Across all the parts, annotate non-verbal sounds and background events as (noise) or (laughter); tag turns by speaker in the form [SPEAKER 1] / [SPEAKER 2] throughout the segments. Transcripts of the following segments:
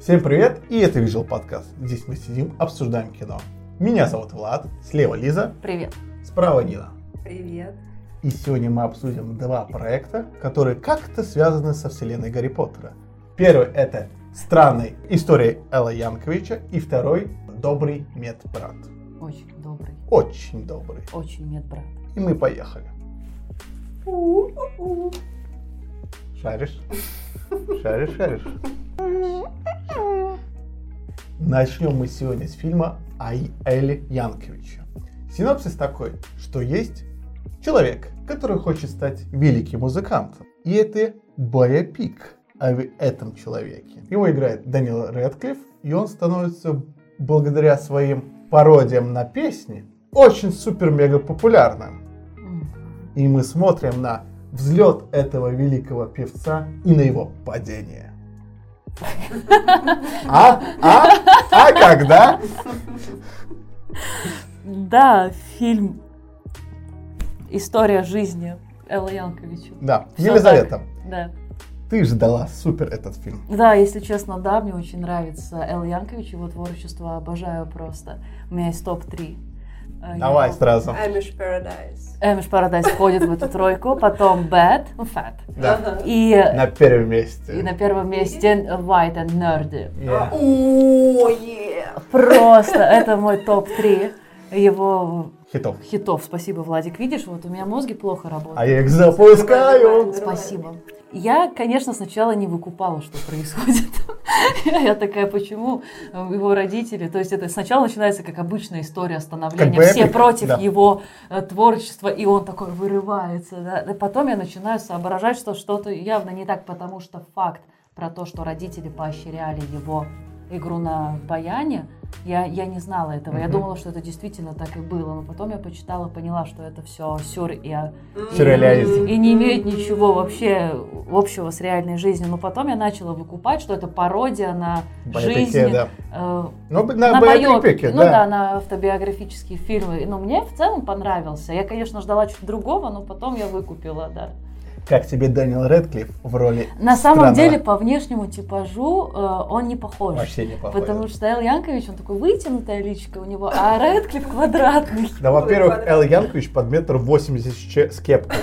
[SPEAKER 1] Всем привет, и это Visual Podcast. Здесь мы сидим, обсуждаем кино. Меня зовут Влад, слева Лиза,
[SPEAKER 2] Привет.
[SPEAKER 1] справа Нина.
[SPEAKER 3] Привет.
[SPEAKER 1] И сегодня мы обсудим два проекта, которые как-то связаны со вселенной Гарри Поттера. Первый — это «Странная история Элла Янковича», и второй — «Добрый медбрат».
[SPEAKER 2] Очень добрый.
[SPEAKER 1] Очень добрый.
[SPEAKER 2] Очень медбрат.
[SPEAKER 1] И мы поехали.
[SPEAKER 3] У-у-у.
[SPEAKER 1] Шаришь? Шаришь, шаришь. Начнем мы сегодня с фильма о Эле Янковиче. Синопсис такой, что есть человек, который хочет стать великим музыкантом. И это Бая Пик о в- этом человеке. Его играет Данил Редклифф, и он становится благодаря своим пародиям на песни очень супер-мега популярным.
[SPEAKER 2] М.
[SPEAKER 1] И мы смотрим на взлет этого великого певца и на его падение. А? А? А когда?
[SPEAKER 2] Да, фильм «История жизни» Элла Янковича.
[SPEAKER 1] Да,
[SPEAKER 2] Всё
[SPEAKER 1] Елизавета,
[SPEAKER 2] Да.
[SPEAKER 1] ты ждала супер этот фильм.
[SPEAKER 2] Да, если честно, да, мне очень нравится Элла Янкович, его творчество обожаю просто. У меня есть топ-3.
[SPEAKER 1] Давай сразу.
[SPEAKER 3] Amish Paradise.
[SPEAKER 2] Эмиш Парадайз входит в эту тройку, потом Bad, ну, Fat.
[SPEAKER 1] Да.
[SPEAKER 2] И,
[SPEAKER 1] На первом
[SPEAKER 2] и на
[SPEAKER 1] месте.
[SPEAKER 2] первом месте White and Nerdy.
[SPEAKER 1] Yeah.
[SPEAKER 3] А, О, е.
[SPEAKER 2] Просто это мой топ-3 его
[SPEAKER 1] Хитов.
[SPEAKER 2] хитов. Спасибо, Владик. Видишь, вот у меня мозги плохо работают.
[SPEAKER 1] А я их запускаю.
[SPEAKER 2] Спасибо. Я, конечно, сначала не выкупала, что происходит. (laughs) Я такая, почему его родители... То есть это сначала начинается как обычная история становления.
[SPEAKER 1] Как бы
[SPEAKER 2] Все
[SPEAKER 1] эпик,
[SPEAKER 2] против
[SPEAKER 1] да.
[SPEAKER 2] его э, творчества, и он такой вырывается. да. Да Потом я начинаю соображать, что что-то явно не так, потому что факт про то, что родители поощряли его игру на баяне, я, я не знала этого. Я
[SPEAKER 1] Мгм.
[SPEAKER 2] думала, что это действительно так и было. Но потом я почитала, поняла, что это все сюр и а,
[SPEAKER 1] Сюрреализм.
[SPEAKER 2] и не имеет ничего вообще общего с реальной жизнью. Но потом я начала выкупать, что это пародия на
[SPEAKER 1] Боепике,
[SPEAKER 2] жизнь.
[SPEAKER 1] да.
[SPEAKER 2] э,
[SPEAKER 1] Ну, на
[SPEAKER 2] на байопики,
[SPEAKER 1] боепике,
[SPEAKER 2] ну да.
[SPEAKER 1] да.
[SPEAKER 2] на автобиографические фильмы. Но мне в целом понравился. Я, конечно, ждала чуть другого, но потом я выкупила, да.
[SPEAKER 1] Как тебе Дэниел Редклифф в роли
[SPEAKER 2] На самом
[SPEAKER 1] Странного.
[SPEAKER 2] деле, по внешнему типажу э, он не похож.
[SPEAKER 1] вообще не
[SPEAKER 2] Потому
[SPEAKER 1] похож?
[SPEAKER 2] что Эл Янкович, он такой вытянутая личка у него, а Редклифф квадратный. (laughs)
[SPEAKER 1] Да, во-первых, Эл Янкович под метр восемьдесят че- с кепкой.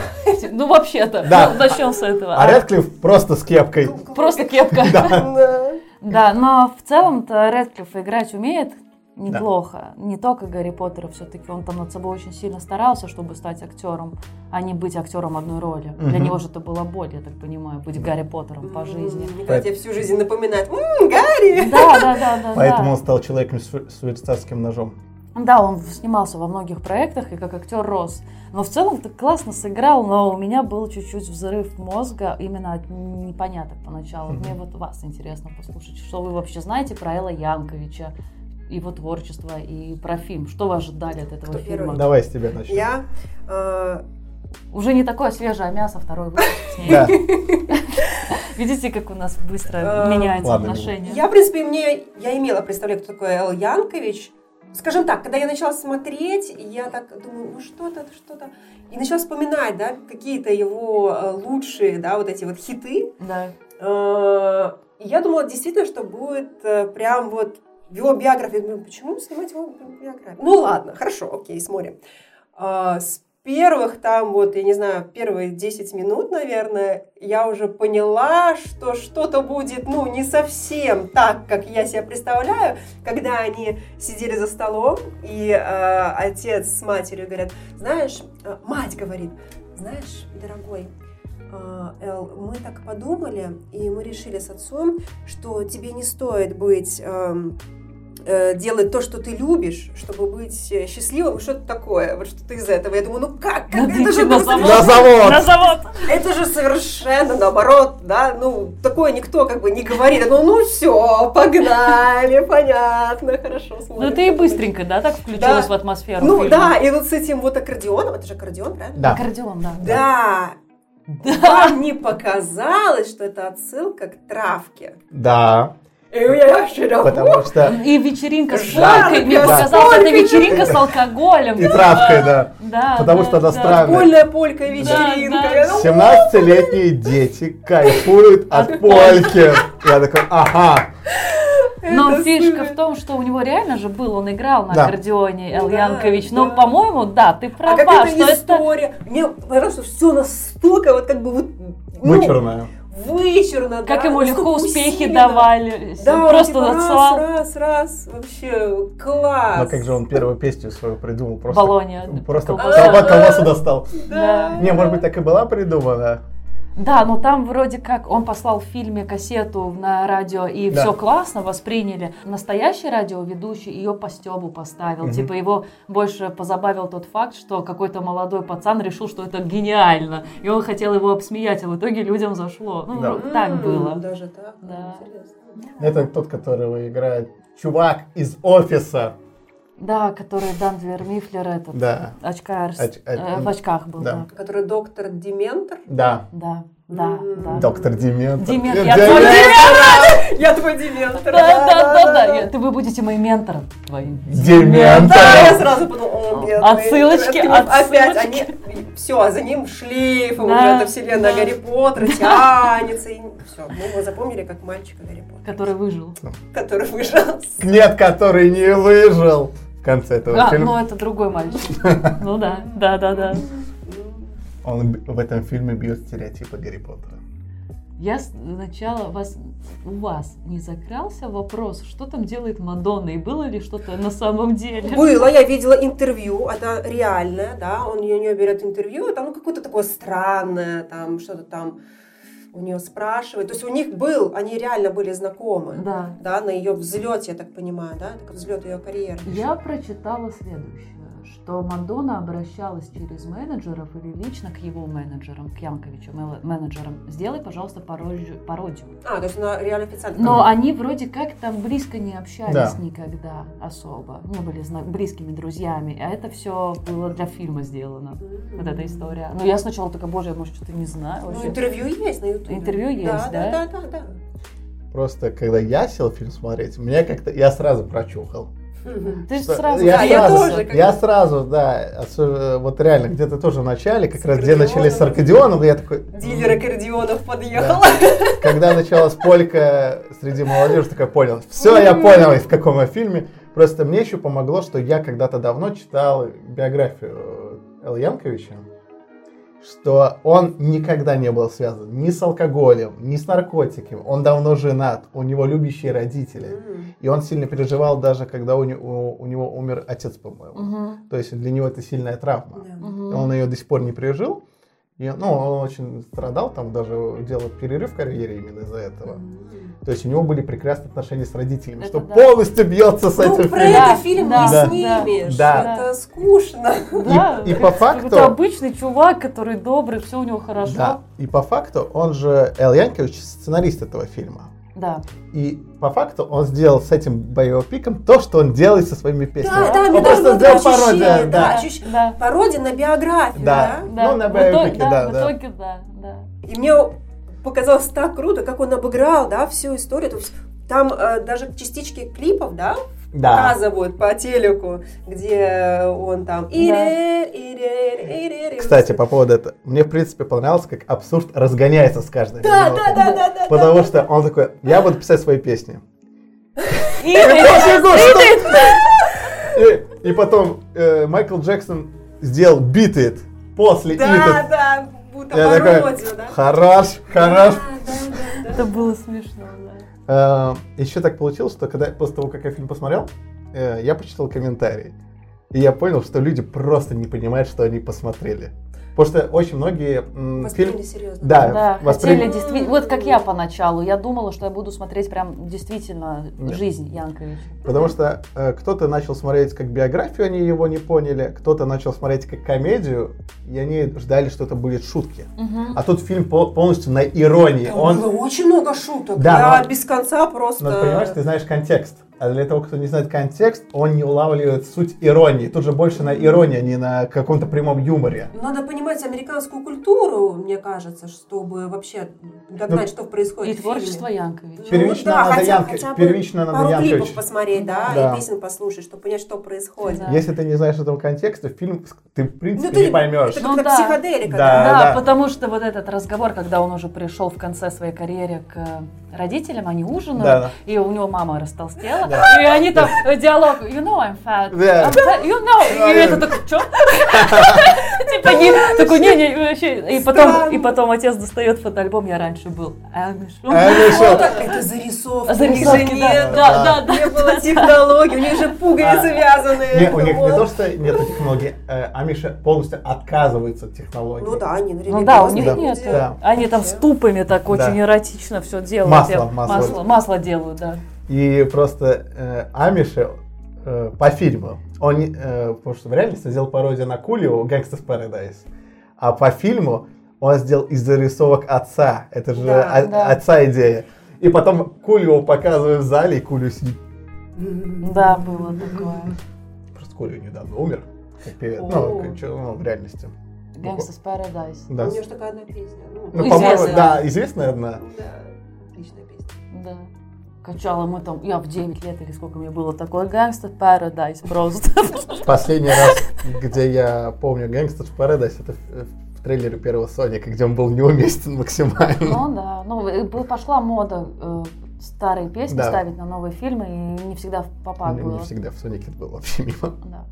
[SPEAKER 2] Ну, вообще-то,
[SPEAKER 1] Да.
[SPEAKER 2] ну, начнем с этого.
[SPEAKER 1] А Редклифф просто с кепкой.
[SPEAKER 2] Просто
[SPEAKER 1] (laughs)
[SPEAKER 2] кепка.
[SPEAKER 3] (laughs) Да.
[SPEAKER 2] Да, но в целом-то Редклифф играть умеет неплохо. Не только Гарри Поттера все-таки. Он там над собой очень сильно старался, чтобы стать актером, а не быть актером одной роли. Для
[SPEAKER 1] Мгм.
[SPEAKER 2] него же это была боль, я так понимаю, быть Гарри Поттером
[SPEAKER 1] (laughs)
[SPEAKER 2] по жизни.
[SPEAKER 3] М, когда тебе всю жизнь напоминает. «М, Гарри!
[SPEAKER 2] Да, да, да, да.
[SPEAKER 1] Поэтому
[SPEAKER 2] да.
[SPEAKER 1] он стал человеком с шве- швейцарским ножом.
[SPEAKER 2] Да, он снимался во многих проектах и как актер рос. Но в целом ты классно сыграл, но у меня был чуть-чуть взрыв мозга именно от непоняток поначалу.
[SPEAKER 1] Мгм.
[SPEAKER 2] Мне вот вас интересно послушать, что вы вообще знаете про Элла Янковича, его творчество и про фильм. Что вы ожидали от этого
[SPEAKER 3] Кто
[SPEAKER 2] фильма?
[SPEAKER 3] первый?
[SPEAKER 1] Давай с тебя начнем.
[SPEAKER 3] Я э,
[SPEAKER 2] Уже не такое свежее мясо, второй выпуск с ней.
[SPEAKER 1] Да.
[SPEAKER 2] (laughs) Видите, как у нас быстро
[SPEAKER 3] Э,
[SPEAKER 2] меняются
[SPEAKER 1] Ладно,
[SPEAKER 2] отношения?
[SPEAKER 3] Я, в принципе, мне, я имела представление, кто такой Эл Янкович. Скажем так, когда я начала смотреть, я так думаю, ну что-то, что-то. И начала вспоминать, да, какие-то его э, лучшие, да, вот эти вот хиты.
[SPEAKER 2] Да.
[SPEAKER 3] Э, Я думала действительно, что будет э, прям вот его биография. Я думаю, почему снимать его биографию? Ну ладно, хорошо, окей, смотрим. Э, С первых там вот, я не знаю, первые 10 минут, наверное, я уже поняла, что что-то будет, ну, не совсем так, как я себе представляю, когда они сидели за столом, и э, отец с матерью говорят, знаешь, э, мать говорит, знаешь, дорогой, а, Эл, мы так подумали, и мы решили с отцом, что тебе не стоит быть эм, э, делать то, что ты любишь, чтобы быть э, счастливым, что-то такое, вот что-то из этого. Я думаю, ну как? как?
[SPEAKER 2] Надо
[SPEAKER 3] Это,
[SPEAKER 2] идти
[SPEAKER 3] же,
[SPEAKER 2] на
[SPEAKER 3] ну,
[SPEAKER 2] завод.
[SPEAKER 1] На завод!
[SPEAKER 2] На завод!
[SPEAKER 3] это же совершенно наоборот, да, ну такое никто как бы не говорит. Ну, ну все, погнали, понятно, хорошо.
[SPEAKER 2] Ну
[SPEAKER 3] смотрим.
[SPEAKER 2] ты и быстренько, да, так включилась в
[SPEAKER 3] Да.
[SPEAKER 2] атмосферу
[SPEAKER 3] Ну
[SPEAKER 2] фильма?
[SPEAKER 3] да, и вот с этим вот аккордеоном, это же аккордеон, правильно?
[SPEAKER 1] Да.
[SPEAKER 2] Аккордеон, да.
[SPEAKER 3] Да, Вам не показалось, что это отсылка к травке?
[SPEAKER 1] Да.
[SPEAKER 3] И я вообще да,
[SPEAKER 1] Потому что
[SPEAKER 2] И вечеринка с
[SPEAKER 3] Жарко,
[SPEAKER 2] водкой. Мне
[SPEAKER 3] да.
[SPEAKER 2] показалось, это
[SPEAKER 3] Сколько же
[SPEAKER 2] вечеринка с алкоголем.
[SPEAKER 1] и травкой, да.
[SPEAKER 2] Да,
[SPEAKER 1] Потому что она странная.
[SPEAKER 3] Подпольная полька и
[SPEAKER 2] Да,
[SPEAKER 3] вечеринка.
[SPEAKER 2] да.
[SPEAKER 3] Я думаю,
[SPEAKER 1] 17-летние дети кайфуют от польки. Я такой, ага,
[SPEAKER 2] Но
[SPEAKER 3] Это
[SPEAKER 2] фишка
[SPEAKER 3] супер.
[SPEAKER 2] в том, что у него реально же был, он играл на
[SPEAKER 1] Да.
[SPEAKER 2] аккордеоне, Эл
[SPEAKER 3] Да,
[SPEAKER 2] Янкович.
[SPEAKER 3] да.
[SPEAKER 2] Но, по-моему, да, ты
[SPEAKER 3] А
[SPEAKER 2] права,
[SPEAKER 3] какая-то
[SPEAKER 2] что это...
[SPEAKER 3] история. Мне понравилось, что все настолько вот как бы вот ну,
[SPEAKER 1] Вычурная.
[SPEAKER 3] вычурно,
[SPEAKER 2] Как
[SPEAKER 3] да,
[SPEAKER 2] ему легко
[SPEAKER 3] настолько
[SPEAKER 2] успехи
[SPEAKER 3] усиленно.
[SPEAKER 2] давали.
[SPEAKER 3] Да,
[SPEAKER 2] Просто
[SPEAKER 3] он, типа,
[SPEAKER 2] отсылал
[SPEAKER 3] раз, раз, раз, вообще класс.
[SPEAKER 1] Но А как же он первую песню свою придумал? Просто,
[SPEAKER 2] Болонью.
[SPEAKER 1] просто
[SPEAKER 2] Колбаса.
[SPEAKER 1] колба колбасу достал.
[SPEAKER 3] Да.
[SPEAKER 2] Да.
[SPEAKER 1] Не, может быть, так и была придумана.
[SPEAKER 2] Да, но там вроде как он послал в фильме кассету на радио, и
[SPEAKER 1] Да.
[SPEAKER 2] все классно восприняли. Настоящий радиоведущий ее по стебу поставил.
[SPEAKER 1] Мгм.
[SPEAKER 2] Типа его больше позабавил тот факт, что какой-то молодой пацан решил, что это гениально. И он хотел его обсмеять, а в итоге людям зашло. Ну,
[SPEAKER 1] Да.
[SPEAKER 2] вот так
[SPEAKER 3] М,
[SPEAKER 2] было.
[SPEAKER 3] Даже так?
[SPEAKER 2] Да.
[SPEAKER 3] Интересно.
[SPEAKER 1] Это тот, которого играет чувак из офиса.
[SPEAKER 2] Да, который Дандлер Мифлер, этот
[SPEAKER 1] Да.
[SPEAKER 2] очкарь, с-
[SPEAKER 1] Оч-
[SPEAKER 2] э,
[SPEAKER 1] оч-
[SPEAKER 2] в очках был.
[SPEAKER 1] да.
[SPEAKER 2] Да,
[SPEAKER 3] Который доктор Дементор.
[SPEAKER 1] Да.
[SPEAKER 2] да, да.
[SPEAKER 3] М.
[SPEAKER 2] да.
[SPEAKER 3] Док-
[SPEAKER 1] Доктор Дементор.
[SPEAKER 2] Демент-
[SPEAKER 1] Э,
[SPEAKER 2] я
[SPEAKER 1] Дементор!
[SPEAKER 2] твой
[SPEAKER 3] (laughs) Я твой Дементор.
[SPEAKER 2] Да, да, да, да. Я- Ты вы будете моим ментором твоим.
[SPEAKER 1] Дементор!
[SPEAKER 3] Да, я сразу подумала, о, бедный.
[SPEAKER 2] Отсылочки,
[SPEAKER 3] Это к ним Опять
[SPEAKER 2] отсылочки.
[SPEAKER 3] они, все, за ним шлейфом,
[SPEAKER 2] Да,
[SPEAKER 3] уже эта
[SPEAKER 2] да.
[SPEAKER 3] вселенная Гарри Поттера тянется. И... Все, мы его запомнили как мальчика Гарри Поттера,
[SPEAKER 2] Который выжил.
[SPEAKER 3] который выжил.
[SPEAKER 1] Нет, который не выжил в конце этого
[SPEAKER 2] А,
[SPEAKER 1] фильма.
[SPEAKER 2] ну это другой мальчик. Ну да, да, да, да.
[SPEAKER 3] Ну,
[SPEAKER 1] Он б- в этом фильме бьет стереотипы Гарри Поттера.
[SPEAKER 2] Я сначала вас, у вас не закрался вопрос, что там делает Мадонна и было ли что-то на самом деле?
[SPEAKER 3] Было, я видела интервью, это реальное, да, он у нее берет интервью, там ну, какое-то такое странное, там что-то там у нее спрашивает. То есть у них был, они реально были знакомы,
[SPEAKER 2] Да.
[SPEAKER 3] да, на ее взлете, я так понимаю, да, это взлет ее карьеры.
[SPEAKER 2] Я прочитала следующее, что Мадонна обращалась через менеджеров или лично к его менеджерам, к Янковичу мел- менеджерам. Сделай, пожалуйста, пародию. пародию».
[SPEAKER 3] А, то есть она реально официально.
[SPEAKER 2] Но они вроде как там близко не общались
[SPEAKER 1] Да.
[SPEAKER 2] никогда особо, не были зна- близкими друзьями, а это все было для фильма сделано.
[SPEAKER 3] М.
[SPEAKER 2] вот эта история. Ну, я сначала такая, боже, я, может, что-то не знаю
[SPEAKER 3] Ну,
[SPEAKER 2] вообще.
[SPEAKER 3] интервью есть на Ютубе.
[SPEAKER 2] Интервью есть, да?
[SPEAKER 3] Да, да, да, да.
[SPEAKER 1] Просто, когда я сел фильм смотреть, мне как-то... Я сразу прочухал.
[SPEAKER 2] (laughs)
[SPEAKER 3] Мгм.
[SPEAKER 2] Ты
[SPEAKER 1] Что-
[SPEAKER 2] сразу...
[SPEAKER 1] я
[SPEAKER 3] Да,
[SPEAKER 1] сразу,
[SPEAKER 3] я тоже, как
[SPEAKER 1] я
[SPEAKER 3] бы.
[SPEAKER 1] сразу, да, особенно- вот реально где-то тоже в начале, как
[SPEAKER 3] С
[SPEAKER 1] раз где начали с
[SPEAKER 3] Аркадионом.
[SPEAKER 1] Аркадионом, я такой,
[SPEAKER 3] Дилер аккордеонов подъехал.
[SPEAKER 1] когда началась полька среди молодежи, такой понял, все, я понял, в каком я фильме. Просто мне еще помогло, что я когда-то давно читал биографию Эл Янковича, что он никогда не был связан ни с алкоголем, ни с наркотиками. Он давно женат, у него любящие родители.
[SPEAKER 3] М.
[SPEAKER 1] И он сильно переживал даже, когда у, не- у- у него умер отец, по-моему.
[SPEAKER 2] Мгм,
[SPEAKER 1] То есть для него это сильная травма.
[SPEAKER 3] Да.
[SPEAKER 2] мгм.
[SPEAKER 1] Он ее до сих пор не пережил. И, ну, он очень страдал, там даже делал перерыв в карьере именно из-за этого.
[SPEAKER 3] М.
[SPEAKER 1] То есть у него были прекрасные отношения с родителями,
[SPEAKER 2] Это
[SPEAKER 1] что
[SPEAKER 2] да.
[SPEAKER 1] полностью бьется с
[SPEAKER 3] Ну,
[SPEAKER 1] этим
[SPEAKER 3] про
[SPEAKER 1] фильмом.
[SPEAKER 2] Да,
[SPEAKER 3] это фильм
[SPEAKER 2] да,
[SPEAKER 3] не
[SPEAKER 1] да.
[SPEAKER 3] снимешь.
[SPEAKER 1] Да.
[SPEAKER 3] Это скучно.
[SPEAKER 2] Да,
[SPEAKER 1] и
[SPEAKER 2] как-
[SPEAKER 1] по факту-
[SPEAKER 2] Это обычный чувак, который добрый, все у него хорошо.
[SPEAKER 1] Да. И по факту он же, Эл Янкович, сценарист этого фильма.
[SPEAKER 2] Да.
[SPEAKER 1] И по факту он сделал с этим боевиком то, что он делает со своими песнями.
[SPEAKER 3] Да, да, мне
[SPEAKER 1] он
[SPEAKER 3] тоже
[SPEAKER 1] просто
[SPEAKER 3] было
[SPEAKER 1] сделал
[SPEAKER 3] такое
[SPEAKER 1] пародию.
[SPEAKER 3] ощущение,
[SPEAKER 1] да.
[SPEAKER 3] да. ощущ-
[SPEAKER 2] Да.
[SPEAKER 3] Пародия на биографию,
[SPEAKER 1] Да.
[SPEAKER 3] да?
[SPEAKER 2] да.
[SPEAKER 1] Ну, на
[SPEAKER 2] В итоге-
[SPEAKER 1] биопике, да,
[SPEAKER 2] В
[SPEAKER 1] да.
[SPEAKER 2] итоге, да, да.
[SPEAKER 3] И мне показалось так круто, как он обыграл, да, всю историю. То есть там э, даже частички клипов, да,
[SPEAKER 1] Да.
[SPEAKER 3] показывают по телеку, где он там... «Ире, ире, ире, ире».
[SPEAKER 1] Кстати, по поводу этого, мне в принципе понравилось, как абсурд разгоняется с каждой
[SPEAKER 3] Да,
[SPEAKER 1] минутой.
[SPEAKER 3] да, да, да, да.
[SPEAKER 1] Потому что он такой, я буду писать свои песни.
[SPEAKER 2] И
[SPEAKER 1] Пофигу, что- И, и потом э, Майкл Джексон сделал Beat It после
[SPEAKER 3] Да,
[SPEAKER 1] It. (laughs)
[SPEAKER 3] да, будто
[SPEAKER 1] Я такой,
[SPEAKER 3] пародию, да.
[SPEAKER 1] Хорош, хорош.
[SPEAKER 3] Да, да, да,
[SPEAKER 2] это было смешно, да.
[SPEAKER 1] Э, Еще так получилось, что когда после того, как я фильм посмотрел, э, я почитал комментарии. И я понял, что люди просто не понимают, что они посмотрели. Потому что очень многие м,
[SPEAKER 3] да.
[SPEAKER 1] фильм...
[SPEAKER 3] Восприняли серьезно.
[SPEAKER 1] Да,
[SPEAKER 2] Да,
[SPEAKER 1] воспри-
[SPEAKER 2] хотели действительно... Вот как я поначалу, я думала, что я буду смотреть прям действительно
[SPEAKER 1] Да.
[SPEAKER 2] жизнь Янковича.
[SPEAKER 1] Потому что э, кто-то начал смотреть как биографию, они его не поняли, кто-то начал смотреть как комедию, и они ждали, что это будет шутки.
[SPEAKER 2] Мгм.
[SPEAKER 1] А тут фильм по- полностью на иронии.
[SPEAKER 3] Там
[SPEAKER 1] Он,
[SPEAKER 3] было очень много шуток.
[SPEAKER 1] Да,
[SPEAKER 3] я
[SPEAKER 1] но-
[SPEAKER 3] без конца просто...
[SPEAKER 1] Но ты понимаешь, ты знаешь контекст. А для того, кто не знает контекст, он не улавливает суть иронии. Тут же больше на иронии, а не на каком-то прямом юморе.
[SPEAKER 3] Надо понимать американскую культуру, мне кажется, чтобы вообще
[SPEAKER 1] Ну,
[SPEAKER 3] догнать, что происходит.
[SPEAKER 2] И
[SPEAKER 3] в фильме.
[SPEAKER 2] творчество Янковича.
[SPEAKER 1] Первично
[SPEAKER 3] Ну да,
[SPEAKER 1] надо
[SPEAKER 3] хотя-
[SPEAKER 1] Янкович,
[SPEAKER 3] хотя бы
[SPEAKER 1] первично надо
[SPEAKER 3] Пару
[SPEAKER 1] Янкович.
[SPEAKER 3] клипов посмотреть, да,
[SPEAKER 1] Да.
[SPEAKER 3] и песен послушать, чтобы понять, что происходит.
[SPEAKER 2] Да.
[SPEAKER 1] Если ты не знаешь этого контекста, фильм с- ты в принципе
[SPEAKER 3] Ну, ты-
[SPEAKER 1] не поймешь.
[SPEAKER 3] Это
[SPEAKER 2] Ну
[SPEAKER 3] как
[SPEAKER 2] да.
[SPEAKER 3] психоделика.
[SPEAKER 1] Да,
[SPEAKER 2] Да,
[SPEAKER 1] да.
[SPEAKER 2] потому что вот этот разговор, когда он уже пришел в конце своей карьеры к родителям, они ужинают,
[SPEAKER 1] Да, да.
[SPEAKER 2] и у него мама растолстела, и они там диалог, you know I'm fat,
[SPEAKER 1] Да.
[SPEAKER 2] I'm fat, you know, и это такой, что? (laughs) Типа, не, такой, не, не, вообще, и потом,
[SPEAKER 3] Странно.
[SPEAKER 2] и потом отец достает фотоальбом, я раньше был
[SPEAKER 3] Ну
[SPEAKER 1] А
[SPEAKER 2] Амишом.
[SPEAKER 1] Амишом.
[SPEAKER 3] Это зарисовки. у них
[SPEAKER 2] Зарисовки,
[SPEAKER 3] же
[SPEAKER 2] да,
[SPEAKER 3] нет.
[SPEAKER 1] А? да,
[SPEAKER 2] да, да, да.
[SPEAKER 3] Не было технологий, у них же пуговицы
[SPEAKER 1] А.
[SPEAKER 3] вязаные.
[SPEAKER 1] Не, у них не
[SPEAKER 3] Вот.
[SPEAKER 1] то, что нет технологий, э, Амиша полностью отказывается от технологий.
[SPEAKER 3] Ну да, они на
[SPEAKER 2] Ну да, у них
[SPEAKER 1] Да.
[SPEAKER 2] нет.
[SPEAKER 1] Да.
[SPEAKER 2] Они там с тупами так
[SPEAKER 1] Да.
[SPEAKER 2] очень эротично все делают.
[SPEAKER 1] Масло,
[SPEAKER 2] Делают.
[SPEAKER 1] масло.
[SPEAKER 2] масло. Масло делают, да.
[SPEAKER 1] И просто э, Амиши э, по фильму, он, не- э, потому что в реальности он сделал пародию на Кулио Gangsta's Paradise, а по фильму он сделал из зарисовок отца, это же
[SPEAKER 3] Да,
[SPEAKER 1] о-
[SPEAKER 2] да.
[SPEAKER 1] отца идея. И потом Кулио показывают в зале, и Кулио сидит.
[SPEAKER 2] Да, было такое.
[SPEAKER 1] Просто Кулио недавно умер, как певец, ну,
[SPEAKER 3] О.
[SPEAKER 1] как чё- ну, в реальности.
[SPEAKER 2] Gangsta's Paradise.
[SPEAKER 1] Да.
[SPEAKER 3] У нее же такая одна песня.
[SPEAKER 1] Ну,
[SPEAKER 2] Известная.
[SPEAKER 1] по-моему, да, известная одна.
[SPEAKER 3] Да, отличная песня.
[SPEAKER 2] Да. Качала мы там, я в 9 лет или сколько мне было, такой Gangsta's Paradise просто.
[SPEAKER 1] (laughs) Последний раз, где я помню Gangsta's Paradise, это в, в трейлере первого Соника, где он был неуместен максимально.
[SPEAKER 2] Ну да, ну и был- пошла мода э, старые песни
[SPEAKER 1] Да.
[SPEAKER 2] ставить на новые фильмы, и не всегда в попад
[SPEAKER 1] Не-
[SPEAKER 2] было.
[SPEAKER 1] Не всегда в Сонике это было вообще мимо.
[SPEAKER 2] Да.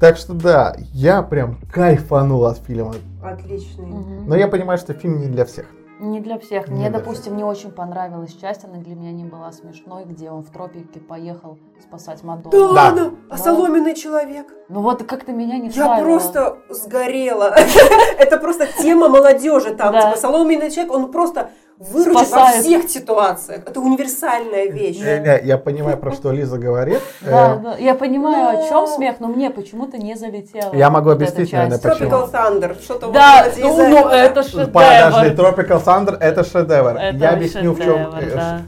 [SPEAKER 1] Так что да, я прям кайфанул от фильма.
[SPEAKER 3] Отличный.
[SPEAKER 2] Мгм.
[SPEAKER 1] Но я понимаю, что фильм не для всех.
[SPEAKER 2] Не для всех.
[SPEAKER 1] Не
[SPEAKER 2] Мне,
[SPEAKER 1] для
[SPEAKER 2] допустим, не очень понравилась часть, она для меня не была смешной, где он в тропике поехал спасать Мадонну.
[SPEAKER 3] Да,
[SPEAKER 1] Да.
[SPEAKER 3] ну, а соломенный человек.
[SPEAKER 2] Ну вот как-то меня не ну.
[SPEAKER 3] Я
[SPEAKER 2] ставило.
[SPEAKER 3] просто сгорела. (laughs) Это просто тема молодежи там.
[SPEAKER 2] Да.
[SPEAKER 3] Типа соломенный человек, он просто выручит во
[SPEAKER 2] Спасает.
[SPEAKER 3] всех ситуациях. Это универсальная вещь.
[SPEAKER 1] Э, э, Я понимаю, про что Лиза говорит.
[SPEAKER 2] Да,
[SPEAKER 1] Э, ну.
[SPEAKER 2] да. Я понимаю, о чем
[SPEAKER 3] но-
[SPEAKER 2] смех, но мне почему-то не залетело.
[SPEAKER 1] Я могу
[SPEAKER 2] вот эта
[SPEAKER 1] объяснить,
[SPEAKER 2] часть.
[SPEAKER 1] наверное, почему.
[SPEAKER 3] Tropical Thunder. Что-то
[SPEAKER 2] Да,
[SPEAKER 3] вроде
[SPEAKER 2] ну,
[SPEAKER 3] из-за
[SPEAKER 2] ну,
[SPEAKER 3] этого.
[SPEAKER 2] это шедевр.
[SPEAKER 1] Подожди, Tropical Thunder это шедевр.
[SPEAKER 2] Это
[SPEAKER 1] я объясню, в э, чем.
[SPEAKER 2] шедевр, да.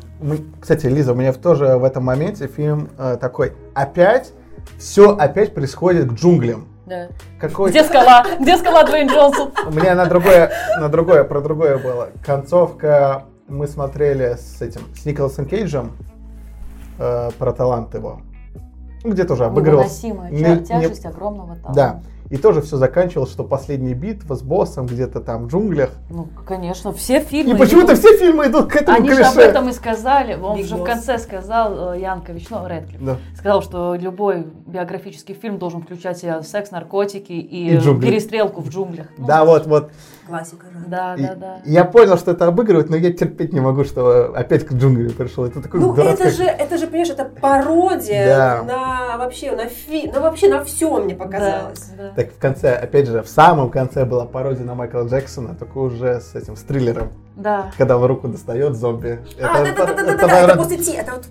[SPEAKER 1] Кстати, Лиза, у меня в- тоже в этом моменте фильм э, такой. Опять все опять происходит к джунглям.
[SPEAKER 2] Да.
[SPEAKER 1] Какой
[SPEAKER 2] Где скала? Где скала Дуэйн
[SPEAKER 1] (laughs)
[SPEAKER 2] Джонсон?
[SPEAKER 1] У меня на другое, на другое, про другое было. Концовка мы смотрели с этим, с Николасом Кейджем э, про талант его. Ну, Где тоже обыгрывал.
[SPEAKER 2] Невыносимая
[SPEAKER 1] Не-
[SPEAKER 2] тя-
[SPEAKER 1] не-
[SPEAKER 2] тяжесть огромного таланта.
[SPEAKER 1] Да. И тоже все заканчивалось, что последняя битва с боссом где-то там в джунглях.
[SPEAKER 2] Ну, конечно, все
[SPEAKER 1] И
[SPEAKER 2] фильмы...
[SPEAKER 1] почему-то
[SPEAKER 2] идут-
[SPEAKER 1] все фильмы идут к этому
[SPEAKER 2] Они же
[SPEAKER 1] клише.
[SPEAKER 2] об этом и сказали. Он
[SPEAKER 3] Биг
[SPEAKER 2] же в
[SPEAKER 3] Босс.
[SPEAKER 2] конце сказал, э, Янкович, ну, Рэдклифф,
[SPEAKER 1] Да.
[SPEAKER 2] сказал, что любой биографический фильм должен включать в себя секс, наркотики и,
[SPEAKER 1] И джунгли.
[SPEAKER 2] перестрелку в джунглях. Ну,
[SPEAKER 1] Да, вот, вот.
[SPEAKER 3] Классика жанра.
[SPEAKER 2] Да,
[SPEAKER 1] И-
[SPEAKER 2] да, да.
[SPEAKER 1] Я понял, что это обыгрывают, но я терпеть не могу, что опять к джунглям пришел. Это такой
[SPEAKER 3] Ну
[SPEAKER 1] дурацкий-
[SPEAKER 3] это же, это же, понимаешь, это пародия
[SPEAKER 1] Да.
[SPEAKER 3] на вообще на фи, на вообще на все мне показалось.
[SPEAKER 2] Да, да.
[SPEAKER 1] Так в конце, опять же, в самом конце была пародия на Майкла Джексона, только уже с этим, с триллером.
[SPEAKER 2] Да.
[SPEAKER 1] Когда он руку достает зомби.
[SPEAKER 3] А, да, да, да, да, да, да, это после ти, это вот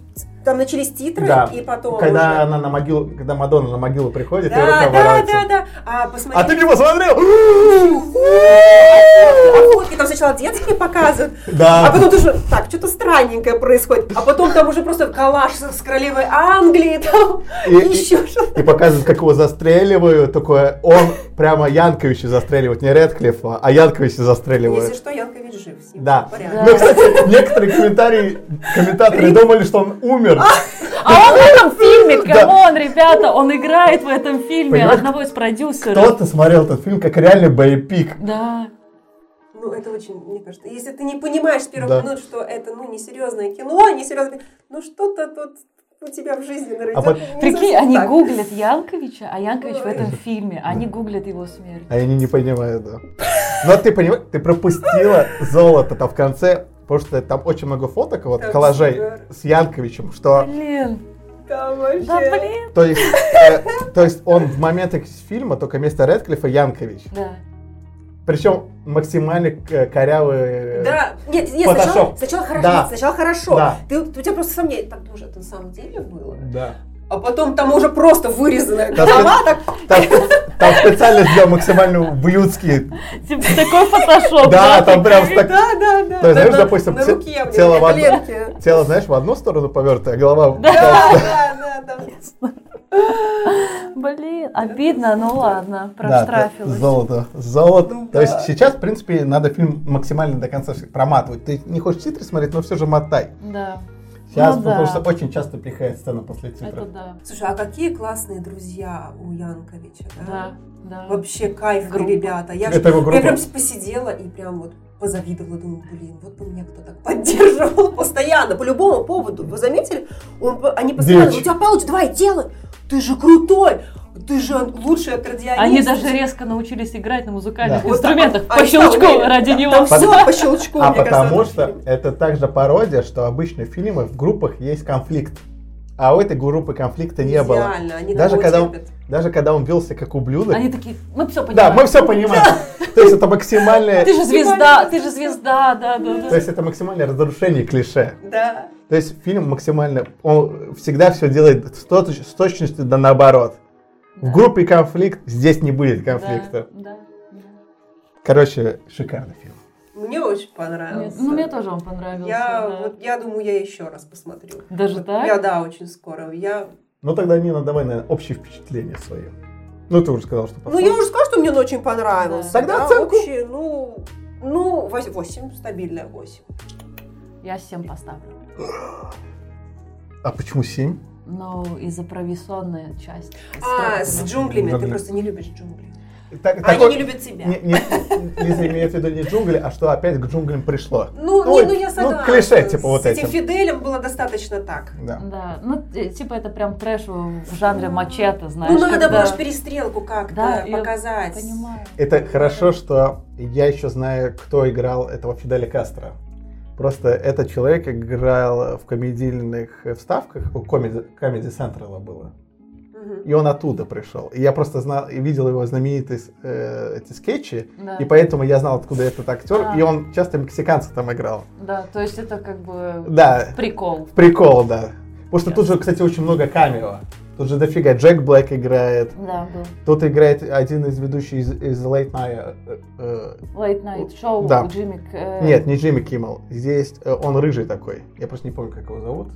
[SPEAKER 3] там начались титры
[SPEAKER 1] Да.
[SPEAKER 3] и потом.
[SPEAKER 1] Когда
[SPEAKER 3] уже.
[SPEAKER 1] она на могилу, когда Мадонна на могилу приходит, и рука
[SPEAKER 3] Да, да,
[SPEAKER 1] валяется.
[SPEAKER 3] да, да. А
[SPEAKER 1] А ты
[SPEAKER 3] посмотри,
[SPEAKER 1] не посмотрел?
[SPEAKER 3] а фотки там сначала детские показывают, а
[SPEAKER 1] Да.
[SPEAKER 3] потом тоже так что-то странненькое происходит, а потом там уже просто калаш с королевой Англии там
[SPEAKER 1] И- и-
[SPEAKER 3] еще что-то.
[SPEAKER 1] И показывают, как его застреливают, такое, он прямо Янковича застреливает, не Редклифа, а Янковича
[SPEAKER 3] Если
[SPEAKER 1] застреливают.
[SPEAKER 3] что, Янкович жив, с ним
[SPEAKER 1] Да.
[SPEAKER 3] всё в порядке.
[SPEAKER 1] Ну, кстати, некоторые комментарии, комментаторы думали, что он умер.
[SPEAKER 2] А он в этом фильме,
[SPEAKER 1] Да.
[SPEAKER 2] камон, ребята, он играет в этом фильме
[SPEAKER 1] Понимаешь,
[SPEAKER 2] одного из продюсеров.
[SPEAKER 1] Кто-то смотрел этот фильм как реальный боепик.
[SPEAKER 2] Да.
[SPEAKER 3] Ну, это очень, мне кажется, если ты не понимаешь с первых
[SPEAKER 1] Да.
[SPEAKER 3] минут, что это, ну, несерьезное кино, несерьезное, ну, что-то тут у тебя в жизни нарастет.
[SPEAKER 1] А вот
[SPEAKER 3] не
[SPEAKER 2] Прикинь,
[SPEAKER 3] совсем
[SPEAKER 2] они
[SPEAKER 3] так.
[SPEAKER 2] гуглят Янковича, а Янкович в
[SPEAKER 3] Ой.
[SPEAKER 2] этом фильме, они гуглят его смерть.
[SPEAKER 1] А они не понимают, да. Но ты понимаешь, ты пропустила золото там в конце, потому что там очень много фоток, вот
[SPEAKER 3] Там
[SPEAKER 1] коллажей
[SPEAKER 3] супер.
[SPEAKER 1] с Янковичем, что,
[SPEAKER 2] Блин,
[SPEAKER 3] Да, вообще.
[SPEAKER 2] да блин.
[SPEAKER 1] то есть, э, то есть он в момент из фильма только вместо Редклифа Янкович.
[SPEAKER 2] Да.
[SPEAKER 1] Причем максимально к- корявый. э,
[SPEAKER 3] Да, нет, нет,
[SPEAKER 1] Фотошоп.
[SPEAKER 3] сначала, сначала хорошо,
[SPEAKER 1] Да.
[SPEAKER 3] нет, сначала хорошо.
[SPEAKER 1] Да.
[SPEAKER 3] Ты, у тебя просто сомнения, так тоже это на самом деле было.
[SPEAKER 1] Да.
[SPEAKER 3] А потом там уже просто вырезанная
[SPEAKER 1] Да,
[SPEAKER 3] голова, так,
[SPEAKER 1] Там, там специально сделал максимально блюдский.
[SPEAKER 2] Типа такой фотошоп.
[SPEAKER 1] Да, там прям
[SPEAKER 3] да,
[SPEAKER 1] так.
[SPEAKER 3] да, да.
[SPEAKER 1] То есть, знаешь,
[SPEAKER 3] на-
[SPEAKER 1] допустим,
[SPEAKER 3] на
[SPEAKER 1] те-
[SPEAKER 3] руке, блин,
[SPEAKER 1] тело
[SPEAKER 3] на
[SPEAKER 1] в одно- (laughs)
[SPEAKER 3] коленке.
[SPEAKER 1] Тело, знаешь, в одну сторону повернуто, а голова.
[SPEAKER 3] Да, да, да, да.
[SPEAKER 2] Блин, обидно, ну ладно,
[SPEAKER 1] Да, это
[SPEAKER 2] проштрафилась.
[SPEAKER 1] золото. Золото.
[SPEAKER 3] Ну
[SPEAKER 1] То
[SPEAKER 3] да.
[SPEAKER 1] есть сейчас, в принципе, надо фильм максимально до конца всё- проматывать. Ты не хочешь титры смотреть, но все же мотай.
[SPEAKER 2] Да,
[SPEAKER 1] Сейчас,
[SPEAKER 2] Ну
[SPEAKER 1] потому
[SPEAKER 2] да.
[SPEAKER 1] что очень часто пихает сцена после
[SPEAKER 2] это
[SPEAKER 1] титров.
[SPEAKER 2] да.
[SPEAKER 3] Слушай, а какие классные друзья у Янковича,
[SPEAKER 2] Да, да.
[SPEAKER 3] Вообще кайф,
[SPEAKER 2] Группа.
[SPEAKER 3] ребята. Я, ж-
[SPEAKER 1] Это его
[SPEAKER 3] я
[SPEAKER 1] группа. А
[SPEAKER 3] прям посидела и прям вот позавидовала, думаю, блин, вот бы меня кто так (laughs) поддерживал постоянно, по любому поводу. Вы заметили? Он, они постоянно,
[SPEAKER 1] Дичь.
[SPEAKER 3] у тебя получится, давай, делай, ты же крутой, ты же лучший аккордеонист.
[SPEAKER 2] Они даже резко научились играть на музыкальных
[SPEAKER 1] Да.
[SPEAKER 3] Вот так
[SPEAKER 2] инструментах
[SPEAKER 3] вот. А
[SPEAKER 2] по
[SPEAKER 3] Они там
[SPEAKER 2] щелчку
[SPEAKER 3] умели.
[SPEAKER 2] ради
[SPEAKER 3] Там
[SPEAKER 2] него.
[SPEAKER 3] всё по щелчку,
[SPEAKER 1] А
[SPEAKER 3] мне кажется,
[SPEAKER 1] потому
[SPEAKER 3] в этом
[SPEAKER 1] что
[SPEAKER 3] фильме.
[SPEAKER 1] это также пародия, что обычно в фильмах в группах есть конфликт. А у этой группы конфликта не было.
[SPEAKER 3] Идеально, они
[SPEAKER 1] Даже
[SPEAKER 3] даже
[SPEAKER 1] когда
[SPEAKER 3] когда
[SPEAKER 1] Даже когда он велся как ублюдок.
[SPEAKER 2] Они такие, мы все
[SPEAKER 1] Да,
[SPEAKER 2] понимаем.
[SPEAKER 1] мы все
[SPEAKER 2] (laughs)
[SPEAKER 1] понимаем. То есть это максимальное...
[SPEAKER 2] Ты же звезда, ты же звезда, да, да,
[SPEAKER 1] То
[SPEAKER 2] да.
[SPEAKER 1] есть это максимальное разрушение клише.
[SPEAKER 3] Да.
[SPEAKER 1] То есть фильм максимально... Он всегда все делает с точ- с точностью да наоборот. В группе конфликт, здесь не будет конфликта.
[SPEAKER 2] Да, да.
[SPEAKER 1] Короче, шикарный фильм.
[SPEAKER 3] Мне очень
[SPEAKER 2] Мне-
[SPEAKER 3] понравилось.
[SPEAKER 2] Ну, мне тоже он понравился.
[SPEAKER 3] Я,
[SPEAKER 2] да.
[SPEAKER 3] вот, я думаю, я еще раз посмотрю.
[SPEAKER 2] Даже
[SPEAKER 3] Вот
[SPEAKER 2] так?
[SPEAKER 3] Я, да, очень скоро. Я...
[SPEAKER 1] Ну тогда, Нина, давай, наверное, общее впечатление свое. Ну ты уже сказал, что
[SPEAKER 3] Ну, я уже сказала, что мне он очень понравился.
[SPEAKER 1] Да. Тогда оценку.
[SPEAKER 3] Общие, ну, ну, 8, стабильная 8.
[SPEAKER 2] Я всем поставлю.
[SPEAKER 1] А почему 7?
[SPEAKER 2] Ну, из-за провисонной части.
[SPEAKER 3] А,
[SPEAKER 2] Строго.
[SPEAKER 3] с джунглями. Ты
[SPEAKER 1] Джунгли.
[SPEAKER 3] просто не любишь джунгли.
[SPEAKER 1] Так,
[SPEAKER 3] Они
[SPEAKER 1] такой-
[SPEAKER 3] А не любят тебя.
[SPEAKER 1] Не- не- Лиза имеет в виду не джунгли, а что опять к джунглям пришло.
[SPEAKER 3] Ну,
[SPEAKER 1] Ой,
[SPEAKER 3] не, ну я
[SPEAKER 1] ну,
[SPEAKER 3] согласна.
[SPEAKER 1] клише, типа, вот
[SPEAKER 3] С этим
[SPEAKER 1] этим.
[SPEAKER 3] Фиделем было достаточно так.
[SPEAKER 1] Да.
[SPEAKER 2] Да, ну, т- типа это прям трэш в в жанре мачете, знаешь.
[SPEAKER 3] Ну, надо
[SPEAKER 2] когда-
[SPEAKER 3] было ж перестрелку как-то
[SPEAKER 2] Да, я
[SPEAKER 3] показать.
[SPEAKER 2] Понимаю.
[SPEAKER 1] Это хорошо, что я еще знаю, кто играл этого Фиделя Кастро. Просто этот человек играл в комедийных вставках, у Comedy Comedy Central было.
[SPEAKER 3] Мгм.
[SPEAKER 1] И он оттуда пришел. И я просто знал, и видел его знаменитые с- э, эти скетчи,
[SPEAKER 2] Да.
[SPEAKER 1] и поэтому я знал, откуда этот актер,
[SPEAKER 2] А.
[SPEAKER 1] и он часто мексиканцев там играл.
[SPEAKER 2] да, то есть это как бы
[SPEAKER 1] Да,
[SPEAKER 2] прикол.
[SPEAKER 1] прикол, да. Потому что тут же, кстати, очень много камео. Тут же дофига Джек Блэк играет,
[SPEAKER 2] Да, был.
[SPEAKER 1] Тут играет один из ведущих из, из Late Night. э, э,
[SPEAKER 2] Late Night Show
[SPEAKER 1] Да.
[SPEAKER 2] Джимми... К- э,
[SPEAKER 1] нет, не Джимми Киммел. Здесь э, он рыжий такой. Я просто не помню, как его зовут.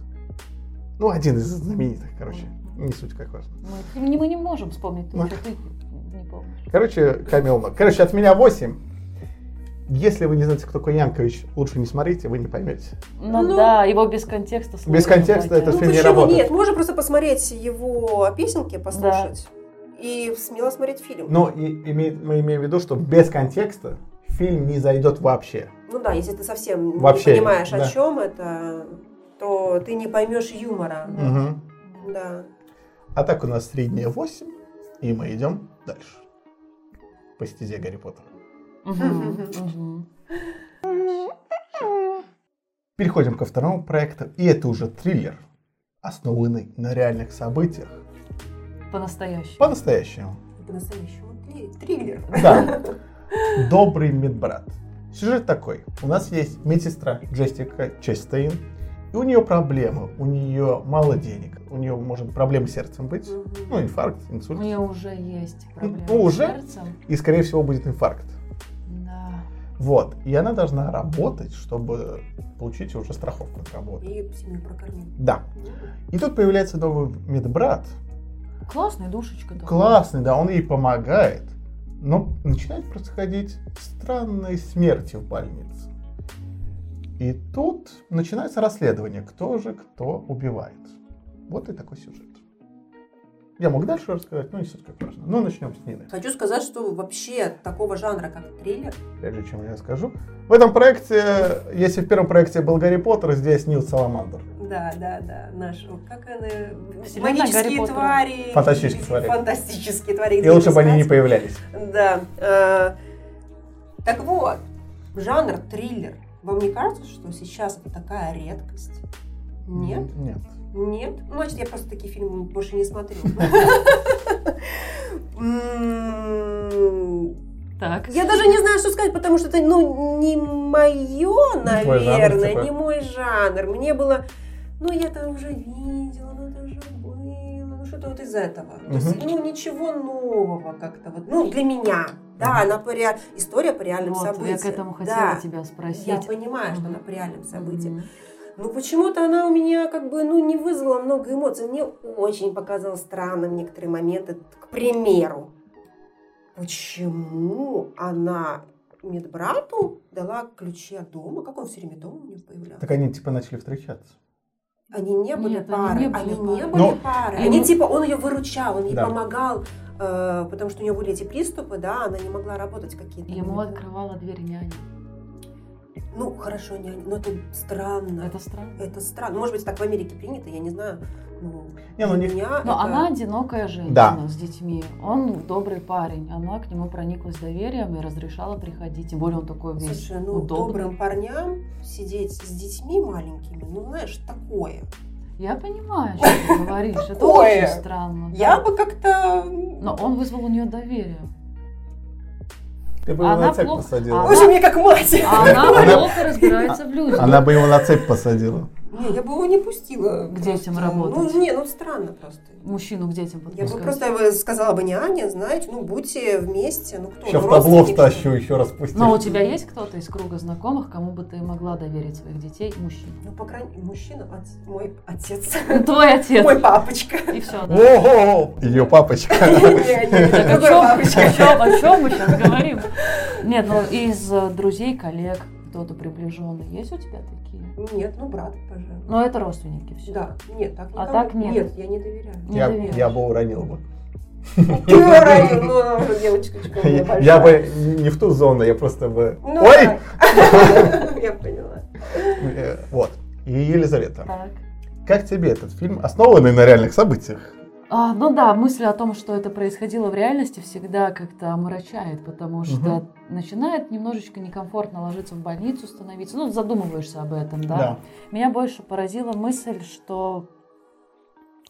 [SPEAKER 1] Ну, один из знаменитых, короче. Не суть как важно.
[SPEAKER 2] Мы, ты- не- мы не можем вспомнить,
[SPEAKER 1] Ну.
[SPEAKER 2] ты, ты не помнишь.
[SPEAKER 1] Короче, камео много. Короче, от меня 8. Если вы не знаете, кто такой Янкович, лучше не смотрите, вы не поймете.
[SPEAKER 2] Ну,
[SPEAKER 3] Ну.
[SPEAKER 2] да, его без контекста сложно
[SPEAKER 1] Без контекста
[SPEAKER 2] понять.
[SPEAKER 1] это
[SPEAKER 3] Ну
[SPEAKER 1] фильм не
[SPEAKER 3] почему
[SPEAKER 1] работает.
[SPEAKER 3] нет? Можно просто посмотреть его песенки, послушать. И смело смотреть фильм.
[SPEAKER 1] Но и- имеет- мы имеем в виду, что без контекста фильм не зайдет вообще.
[SPEAKER 3] Ну да, если ты совсем
[SPEAKER 1] Вообще,
[SPEAKER 3] не понимаешь,
[SPEAKER 1] да.
[SPEAKER 3] о чем это, то ты не поймешь юмора.
[SPEAKER 2] Да.
[SPEAKER 1] Мгм.
[SPEAKER 3] Да.
[SPEAKER 1] А так у нас средняя 8, и мы идем дальше. По стезе Гарри Поттера.
[SPEAKER 2] Мгм, мгм.
[SPEAKER 1] Переходим ко второму проекту, и это уже триллер, основанный на реальных событиях.
[SPEAKER 2] По-настоящему.
[SPEAKER 1] По-настоящему.
[SPEAKER 3] По-настоящему три- триллер.
[SPEAKER 1] Да. Добрый медбрат. Сюжет такой. У нас есть медсестра Джессика Честейн, и у нее проблемы, у нее мало денег, у нее может проблемы с сердцем быть, ну, инфаркт,
[SPEAKER 2] У
[SPEAKER 1] инсульт,
[SPEAKER 2] меня уже есть проблемы
[SPEAKER 1] Ну, уже?
[SPEAKER 2] с сердцем.
[SPEAKER 1] и, скорее всего, будет инфаркт.
[SPEAKER 2] Да.
[SPEAKER 1] Вот. И она должна работать, чтобы получить уже страховку от работы.
[SPEAKER 3] И семью прокормил.
[SPEAKER 1] Да. И тут появляется новый медбрат.
[SPEAKER 2] Классный, душечка. такой.
[SPEAKER 1] Классный, да, он ей помогает. Но начинает происходить странные смерти в больнице. И тут начинается расследование, кто же кто убивает. Вот и такой сюжет. Я мог дальше рассказать, но не суть как важно. Но начнем с Нины.
[SPEAKER 3] Хочу сказать, что вообще такого жанра, как триллер,
[SPEAKER 1] Прежде чем я скажу. В этом проекте, если в первом проекте был Гарри Поттер, здесь Нил Саламандр.
[SPEAKER 3] да, да, да, наш, вот как она,
[SPEAKER 2] Вселенная Гарри
[SPEAKER 3] магические
[SPEAKER 2] Поттера.
[SPEAKER 3] твари,
[SPEAKER 1] Фантастические твари.
[SPEAKER 3] фантастические твари.
[SPEAKER 1] И
[SPEAKER 3] где
[SPEAKER 1] лучше бы они не
[SPEAKER 3] искать.
[SPEAKER 1] появлялись.
[SPEAKER 3] Да. э, Так вот, жанр триллер. Вам не кажется, что сейчас это такая редкость? Нет?
[SPEAKER 1] М, Нет.
[SPEAKER 3] Нет? Ну, Значит, я просто такие фильмы больше не смотрю. М,
[SPEAKER 2] Так.
[SPEAKER 3] Я даже не знаю, что сказать, потому что это, ну, не мое,
[SPEAKER 1] твой жанр,
[SPEAKER 3] наверное,
[SPEAKER 1] типа.
[SPEAKER 3] не мой жанр. Мне было, ну, я это уже видела, ну, это уже было, ну, что-то вот из этого. То есть,
[SPEAKER 1] Мгм.
[SPEAKER 3] ну, ничего нового как-то вот, ну, для меня. Да,
[SPEAKER 1] Мгм.
[SPEAKER 3] она по реа- история по реальным
[SPEAKER 2] Вот, я
[SPEAKER 3] событиям.
[SPEAKER 2] к этому хотела
[SPEAKER 3] Да.
[SPEAKER 2] тебя спросить.
[SPEAKER 3] Я понимаю, что
[SPEAKER 2] Мгм.
[SPEAKER 3] она по реальным событиям.
[SPEAKER 2] Мгм.
[SPEAKER 3] Но Ну, почему-то она у меня как бы ну, не вызвала много эмоций. Мне очень показалось странным некоторые моменты. К примеру, почему она медбрату дала ключи от дома? Как он все время дома у нее появлялся?
[SPEAKER 1] Так они типа начали встречаться.
[SPEAKER 3] Они не были
[SPEAKER 2] Нет, они
[SPEAKER 3] пары.
[SPEAKER 2] не
[SPEAKER 3] Они
[SPEAKER 2] были
[SPEAKER 3] не
[SPEAKER 2] парой.
[SPEAKER 3] были,
[SPEAKER 1] Ну,
[SPEAKER 3] пары.
[SPEAKER 2] и
[SPEAKER 3] Они
[SPEAKER 2] он-
[SPEAKER 3] типа, он ее выручал, он ей
[SPEAKER 1] Да.
[SPEAKER 3] помогал, э, потому что у нее были эти приступы, да, она не могла работать какие-то.
[SPEAKER 2] Ему
[SPEAKER 3] моменты.
[SPEAKER 2] открывала дверь няня.
[SPEAKER 3] Ну, хорошо, не они, но это странно.
[SPEAKER 2] Это странно.
[SPEAKER 3] Это странно. Может быть, так в Америке принято, я не знаю. Ну,
[SPEAKER 1] Не, ну,
[SPEAKER 3] для
[SPEAKER 1] не-
[SPEAKER 3] меня
[SPEAKER 2] Но
[SPEAKER 3] это-
[SPEAKER 2] она одинокая женщина
[SPEAKER 1] Да.
[SPEAKER 2] с детьми. Он добрый парень. Она к нему прониклась доверием и разрешала приходить. Тем более он такой весь
[SPEAKER 3] Слушай, ну,
[SPEAKER 2] удобный.
[SPEAKER 3] добрым парням сидеть с детьми маленькими, ну, знаешь, такое.
[SPEAKER 2] Я понимаю, что ты говоришь. Это
[SPEAKER 3] Такое.
[SPEAKER 2] очень странно.
[SPEAKER 3] Я бы как-то... ну,
[SPEAKER 2] Но он вызвал у
[SPEAKER 1] (laughs)
[SPEAKER 2] нее доверие.
[SPEAKER 1] Ты бы его
[SPEAKER 2] Она
[SPEAKER 1] на цепь
[SPEAKER 2] плохо-
[SPEAKER 1] посадила.
[SPEAKER 2] а-
[SPEAKER 3] Боже, мне как мать!
[SPEAKER 2] А она
[SPEAKER 1] Она-
[SPEAKER 2] плохо разбирается в людях.
[SPEAKER 1] Она бы его на цепь посадила.
[SPEAKER 3] Не, я бы его не пустила.
[SPEAKER 2] К детям
[SPEAKER 3] просто.
[SPEAKER 2] работать.
[SPEAKER 3] Ну, не, ну, странно просто.
[SPEAKER 2] Мужчину к детям
[SPEAKER 3] Я бы
[SPEAKER 2] подпускать.
[SPEAKER 3] просто его сказала бы, не Аня, знаете, ну, будьте вместе, ну, кто?
[SPEAKER 1] Еще
[SPEAKER 3] ну,
[SPEAKER 1] в табло
[SPEAKER 3] родственники.
[SPEAKER 1] втащу, еще раз пустишь.
[SPEAKER 2] Но у тебя есть кто-то из круга знакомых, кому бы ты могла доверить своих детей
[SPEAKER 3] (laughs)
[SPEAKER 2] мужчине?
[SPEAKER 3] Ну, по крайней мере, мужчина, от- мой отец,
[SPEAKER 2] Твой отец.
[SPEAKER 3] мой папочка.
[SPEAKER 2] И все.
[SPEAKER 1] Ого! Ее
[SPEAKER 2] (laughs)
[SPEAKER 1] папочка.
[SPEAKER 3] Не, не, не,
[SPEAKER 2] Так о
[SPEAKER 3] другой
[SPEAKER 2] чем,
[SPEAKER 3] папочка.
[SPEAKER 2] мы сейчас
[SPEAKER 3] (laughs)
[SPEAKER 2] говорим? Нет, ну из э, друзей, коллег, кто-то приближенный, есть у тебя такие?
[SPEAKER 3] Нет, ну, брат, пожалуй.
[SPEAKER 2] Но это родственники все.
[SPEAKER 3] Да, нет, так
[SPEAKER 2] А
[SPEAKER 3] никому-
[SPEAKER 2] так нет.
[SPEAKER 3] Нет, я не доверяю.
[SPEAKER 1] (laughs)
[SPEAKER 2] Не Ну,
[SPEAKER 1] Я,
[SPEAKER 2] доверяешь.
[SPEAKER 1] я бы уронил бы.
[SPEAKER 3] Ты уронил, ну, она уже девочка
[SPEAKER 2] ну,
[SPEAKER 1] Я, я бы не в ту зону, я просто бы...
[SPEAKER 3] Ну,
[SPEAKER 1] Ой!
[SPEAKER 3] да. (laughs) Я поняла.
[SPEAKER 1] Э, Вот. И Елизавета,
[SPEAKER 2] Так.
[SPEAKER 1] как тебе этот фильм, основанный на реальных событиях?
[SPEAKER 2] А, ну да, мысль о том, что это происходило в реальности, всегда как-то омрачает, потому что
[SPEAKER 1] Мгм.
[SPEAKER 2] начинает немножечко некомфортно ложиться в больницу, становиться. Ну, задумываешься об этом, да. Меня больше поразила мысль, что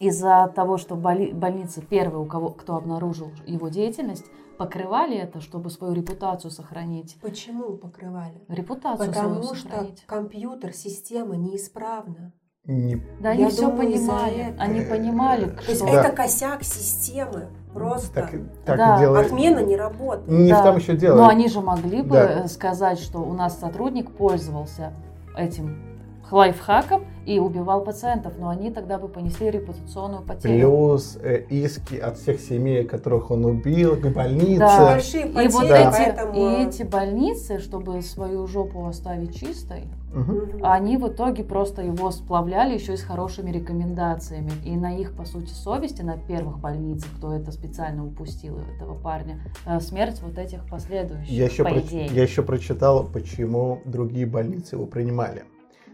[SPEAKER 2] из-за того, что в боли- больнице первый, у кого, кто обнаружил его деятельность, покрывали это, чтобы свою репутацию сохранить.
[SPEAKER 3] Почему покрывали?
[SPEAKER 2] Репутацию
[SPEAKER 3] Потому
[SPEAKER 2] свою
[SPEAKER 3] что
[SPEAKER 2] сохранить.
[SPEAKER 3] компьютер, система неисправна.
[SPEAKER 1] Не-
[SPEAKER 2] Да,
[SPEAKER 3] Я
[SPEAKER 2] они все
[SPEAKER 3] думаю, из-за
[SPEAKER 2] понимали.
[SPEAKER 3] этого.
[SPEAKER 2] Они понимали,
[SPEAKER 3] То есть
[SPEAKER 2] что...
[SPEAKER 1] Да.
[SPEAKER 3] это косяк системы. Просто
[SPEAKER 1] Так, так
[SPEAKER 2] Да.
[SPEAKER 1] и делают.
[SPEAKER 3] отмена не работает.
[SPEAKER 1] Не
[SPEAKER 2] Да.
[SPEAKER 1] в том еще дело.
[SPEAKER 2] Но они же могли бы
[SPEAKER 1] Да.
[SPEAKER 2] э, сказать, что у нас сотрудник пользовался этим лайфхаком и убивал пациентов, но они тогда бы понесли репутационную потерю.
[SPEAKER 1] Плюс э, иски от всех семей, которых он убил, к больнице.
[SPEAKER 2] Да.
[SPEAKER 3] Большие
[SPEAKER 2] И вот
[SPEAKER 3] потери,
[SPEAKER 1] Да.
[SPEAKER 2] эти,
[SPEAKER 3] поэтому...
[SPEAKER 2] и эти больницы, чтобы свою жопу оставить чистой,
[SPEAKER 1] Мгм.
[SPEAKER 3] Мгм.
[SPEAKER 2] они в итоге просто его сплавляли еще и с хорошими рекомендациями. И на их, по сути, совести, на первых больницах, кто это специально упустил, этого парня, э, смерть вот этих последующих,
[SPEAKER 1] Я еще,
[SPEAKER 2] по
[SPEAKER 1] про-
[SPEAKER 2] идее.
[SPEAKER 1] я еще прочитал, почему другие больницы его принимали.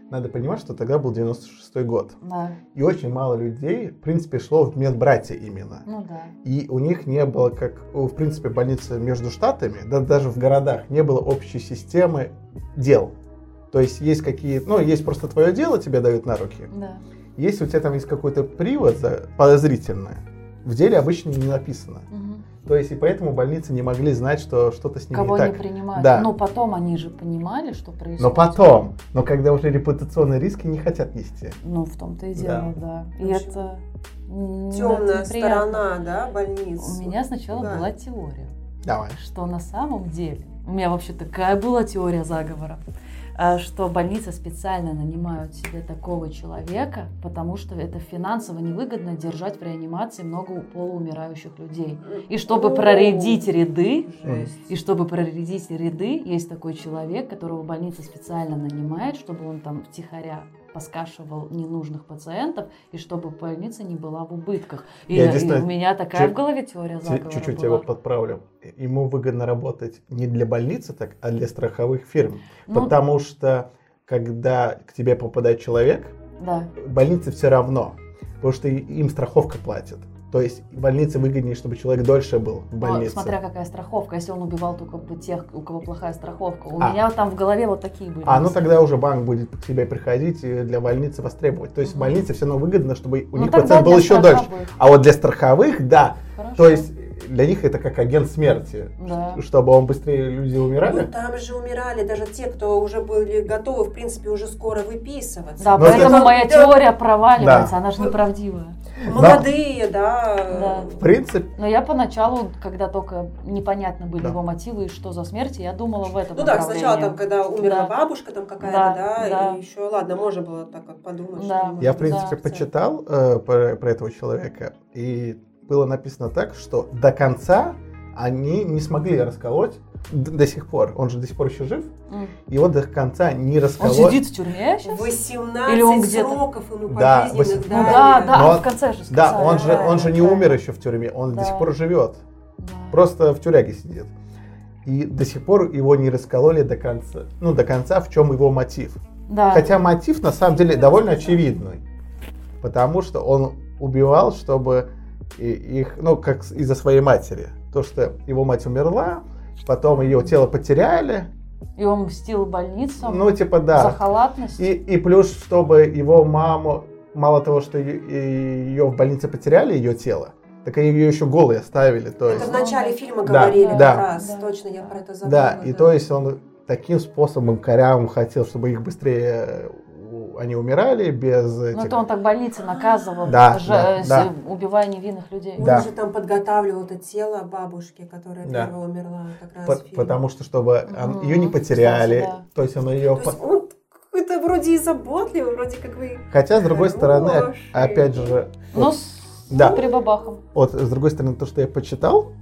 [SPEAKER 1] Надо понимать, что тогда был 96-й год.
[SPEAKER 2] Да,
[SPEAKER 1] И очень мало людей, в принципе, шло в медбратья именно.
[SPEAKER 2] ну да.
[SPEAKER 1] И у них не было, как, о, в принципе, больницы между штатами, да даже в городах, не было общей системы дел. То есть есть какие, ну, есть просто твое дело, тебе дают на руки.
[SPEAKER 2] Да.
[SPEAKER 1] Если у тебя там есть какой-то привод за- подозрительный, в деле обычно не написано.
[SPEAKER 2] Мгм.
[SPEAKER 1] То есть и поэтому больницы не могли знать, что что-то с ними
[SPEAKER 2] Кого
[SPEAKER 1] не так.
[SPEAKER 2] не принимают.
[SPEAKER 1] Да.
[SPEAKER 2] Ну, потом они же понимали, что происходит.
[SPEAKER 1] Но потом, но когда уже репутационные риски не хотят нести.
[SPEAKER 2] Ну, в том-то и
[SPEAKER 1] Да.
[SPEAKER 2] дело, да. И
[SPEAKER 3] В общем,
[SPEAKER 2] это... м, неприятно.
[SPEAKER 3] Темная сторона, да, больницы.
[SPEAKER 2] У меня сначала
[SPEAKER 3] Да.
[SPEAKER 2] была теория.
[SPEAKER 1] Давай.
[SPEAKER 2] что на самом деле, у меня вообще такая была теория заговора, а, что больницы специально нанимают себе такого человека, потому что это финансово невыгодно держать в реанимации много полуумирающих людей. типа, И чтобы
[SPEAKER 3] О,
[SPEAKER 2] проредить ряды,
[SPEAKER 3] Жесть.
[SPEAKER 2] и чтобы проредить ряды, есть такой человек, которого больница специально нанимает, чтобы он там втихаря поскашивал ненужных пациентов, и чтобы больница не была в убытках. И,
[SPEAKER 1] Я
[SPEAKER 2] и
[SPEAKER 1] единственное,
[SPEAKER 2] у меня такая
[SPEAKER 1] чуть-
[SPEAKER 2] в голове теория
[SPEAKER 1] Ти-
[SPEAKER 2] заговора
[SPEAKER 1] Чуть-чуть
[SPEAKER 2] была.
[SPEAKER 1] его подправлю. Ему выгодно работать не для больницы, так, а для страховых фирм.
[SPEAKER 2] Ну,
[SPEAKER 1] Потому что, когда к тебе попадает человек,
[SPEAKER 2] да.
[SPEAKER 1] больнице все равно. Потому что и- им страховка платит. То есть больнице выгоднее, чтобы человек дольше был в
[SPEAKER 2] Но
[SPEAKER 1] больнице.
[SPEAKER 2] Ну, А, смотря какая страховка, если он убивал только бы тех, у кого плохая страховка. У
[SPEAKER 1] А.
[SPEAKER 2] меня там в голове вот такие были.
[SPEAKER 1] А ну тогда уже банк будет к тебе приходить и для больницы востребовать. То есть
[SPEAKER 2] Мгм.
[SPEAKER 1] больнице все равно выгодно, чтобы у
[SPEAKER 2] Ну,
[SPEAKER 1] них
[SPEAKER 2] тогда
[SPEAKER 1] пациент был
[SPEAKER 2] для
[SPEAKER 1] еще дольше.
[SPEAKER 2] страха будет.
[SPEAKER 1] А вот для страховых, да.
[SPEAKER 2] Хорошо.
[SPEAKER 1] То есть для них это как агент смерти.
[SPEAKER 2] Да.
[SPEAKER 1] Чтобы он быстрее люди
[SPEAKER 3] Ну,
[SPEAKER 1] умирали.
[SPEAKER 3] там же умирали даже те, кто уже были готовы, в принципе, уже скоро выписываться.
[SPEAKER 2] Да,
[SPEAKER 1] Но
[SPEAKER 2] поэтому
[SPEAKER 1] здесь-
[SPEAKER 2] моя
[SPEAKER 3] Да,
[SPEAKER 2] теория проваливается,
[SPEAKER 1] ну, Да.
[SPEAKER 2] она же неправдивая.
[SPEAKER 3] Молодые, да.
[SPEAKER 2] Да.
[SPEAKER 1] В принципе,
[SPEAKER 2] Но я поначалу, когда только непонятно были
[SPEAKER 1] Да.
[SPEAKER 2] его мотивы и что за смерть, я думала в этом
[SPEAKER 3] Ну да,
[SPEAKER 2] направлении.
[SPEAKER 3] сначала там, когда умерла
[SPEAKER 2] Типа, Да.
[SPEAKER 3] бабушка там какая-то,
[SPEAKER 2] Да,
[SPEAKER 3] да,
[SPEAKER 2] да.
[SPEAKER 3] и еще, ладно, можно было так вот подумать.
[SPEAKER 2] Да.
[SPEAKER 3] может
[SPEAKER 1] я в
[SPEAKER 3] быть,
[SPEAKER 1] принципе
[SPEAKER 2] Да.
[SPEAKER 1] почитал э, про, про этого человека, и было написано так, что до конца они не смогли расколоть д- до сих пор. Он же до сих пор еще жив.
[SPEAKER 2] М.
[SPEAKER 1] Его до конца не
[SPEAKER 2] Он
[SPEAKER 1] расколоть.
[SPEAKER 2] сидит в тюрьме сейчас?
[SPEAKER 3] 18
[SPEAKER 2] Или он где-то-
[SPEAKER 3] сроков ему
[SPEAKER 1] Да,
[SPEAKER 3] пожизненных
[SPEAKER 1] 18.
[SPEAKER 2] Ну да, да,
[SPEAKER 1] Но-
[SPEAKER 2] а в конце же
[SPEAKER 1] Да,
[SPEAKER 2] сказали,
[SPEAKER 1] он же, он же не
[SPEAKER 2] правильно.
[SPEAKER 1] умер еще в тюрьме, он до
[SPEAKER 2] Да.
[SPEAKER 1] сих пор живет.
[SPEAKER 2] Да.
[SPEAKER 1] Просто в тюряге сидит. и до сих пор его не раскололи до конца, ну, до конца, в чем его мотив.
[SPEAKER 2] Да.
[SPEAKER 1] Хотя мотив на самом деле довольно очевидный, потому что он убивал, чтобы и- их, ну, как с- из-за своей матери. То, что его мать умерла, потом ее тело потеряли,
[SPEAKER 2] И он мстил больницам
[SPEAKER 1] ну, типа, да.
[SPEAKER 2] за халатность.
[SPEAKER 1] И, и плюс, чтобы его маму, мало того, что ее в больнице потеряли, ее тело, так они ее еще голой оставили. То
[SPEAKER 3] Это
[SPEAKER 1] есть,
[SPEAKER 3] в начале фильма
[SPEAKER 1] Да,
[SPEAKER 3] говорили как
[SPEAKER 1] да.
[SPEAKER 3] раз.
[SPEAKER 2] Да.
[SPEAKER 3] Точно, я про это забыла.
[SPEAKER 1] да, и то есть он таким способом корявым хотел, чтобы их быстрее э, у- они умирали без
[SPEAKER 2] Ну,
[SPEAKER 1] этих...
[SPEAKER 2] это он так больницы наказывал,
[SPEAKER 1] Типа. Да,
[SPEAKER 2] ж-
[SPEAKER 1] да,
[SPEAKER 2] э, с-
[SPEAKER 1] да.
[SPEAKER 2] убивая невинных людей.
[SPEAKER 3] Он
[SPEAKER 1] Да.
[SPEAKER 3] же там подготавливал это тело бабушки, которая
[SPEAKER 1] Да.
[SPEAKER 3] первая умерла как раз
[SPEAKER 1] по-
[SPEAKER 3] в фильме.
[SPEAKER 1] потому что чтобы
[SPEAKER 2] Мгм,
[SPEAKER 1] ее не потеряли,
[SPEAKER 2] кстати, да.
[SPEAKER 1] то есть он ее...
[SPEAKER 3] То есть он какой-то вроде и заботливый, вроде как вы...
[SPEAKER 1] Хотя, с другой стороны, оп-
[SPEAKER 3] Хороший.
[SPEAKER 1] опять же,
[SPEAKER 2] Ну,
[SPEAKER 1] вот,
[SPEAKER 2] с
[SPEAKER 1] Да.
[SPEAKER 2] прибабахом.
[SPEAKER 1] вот, с другой стороны, то, что я почитал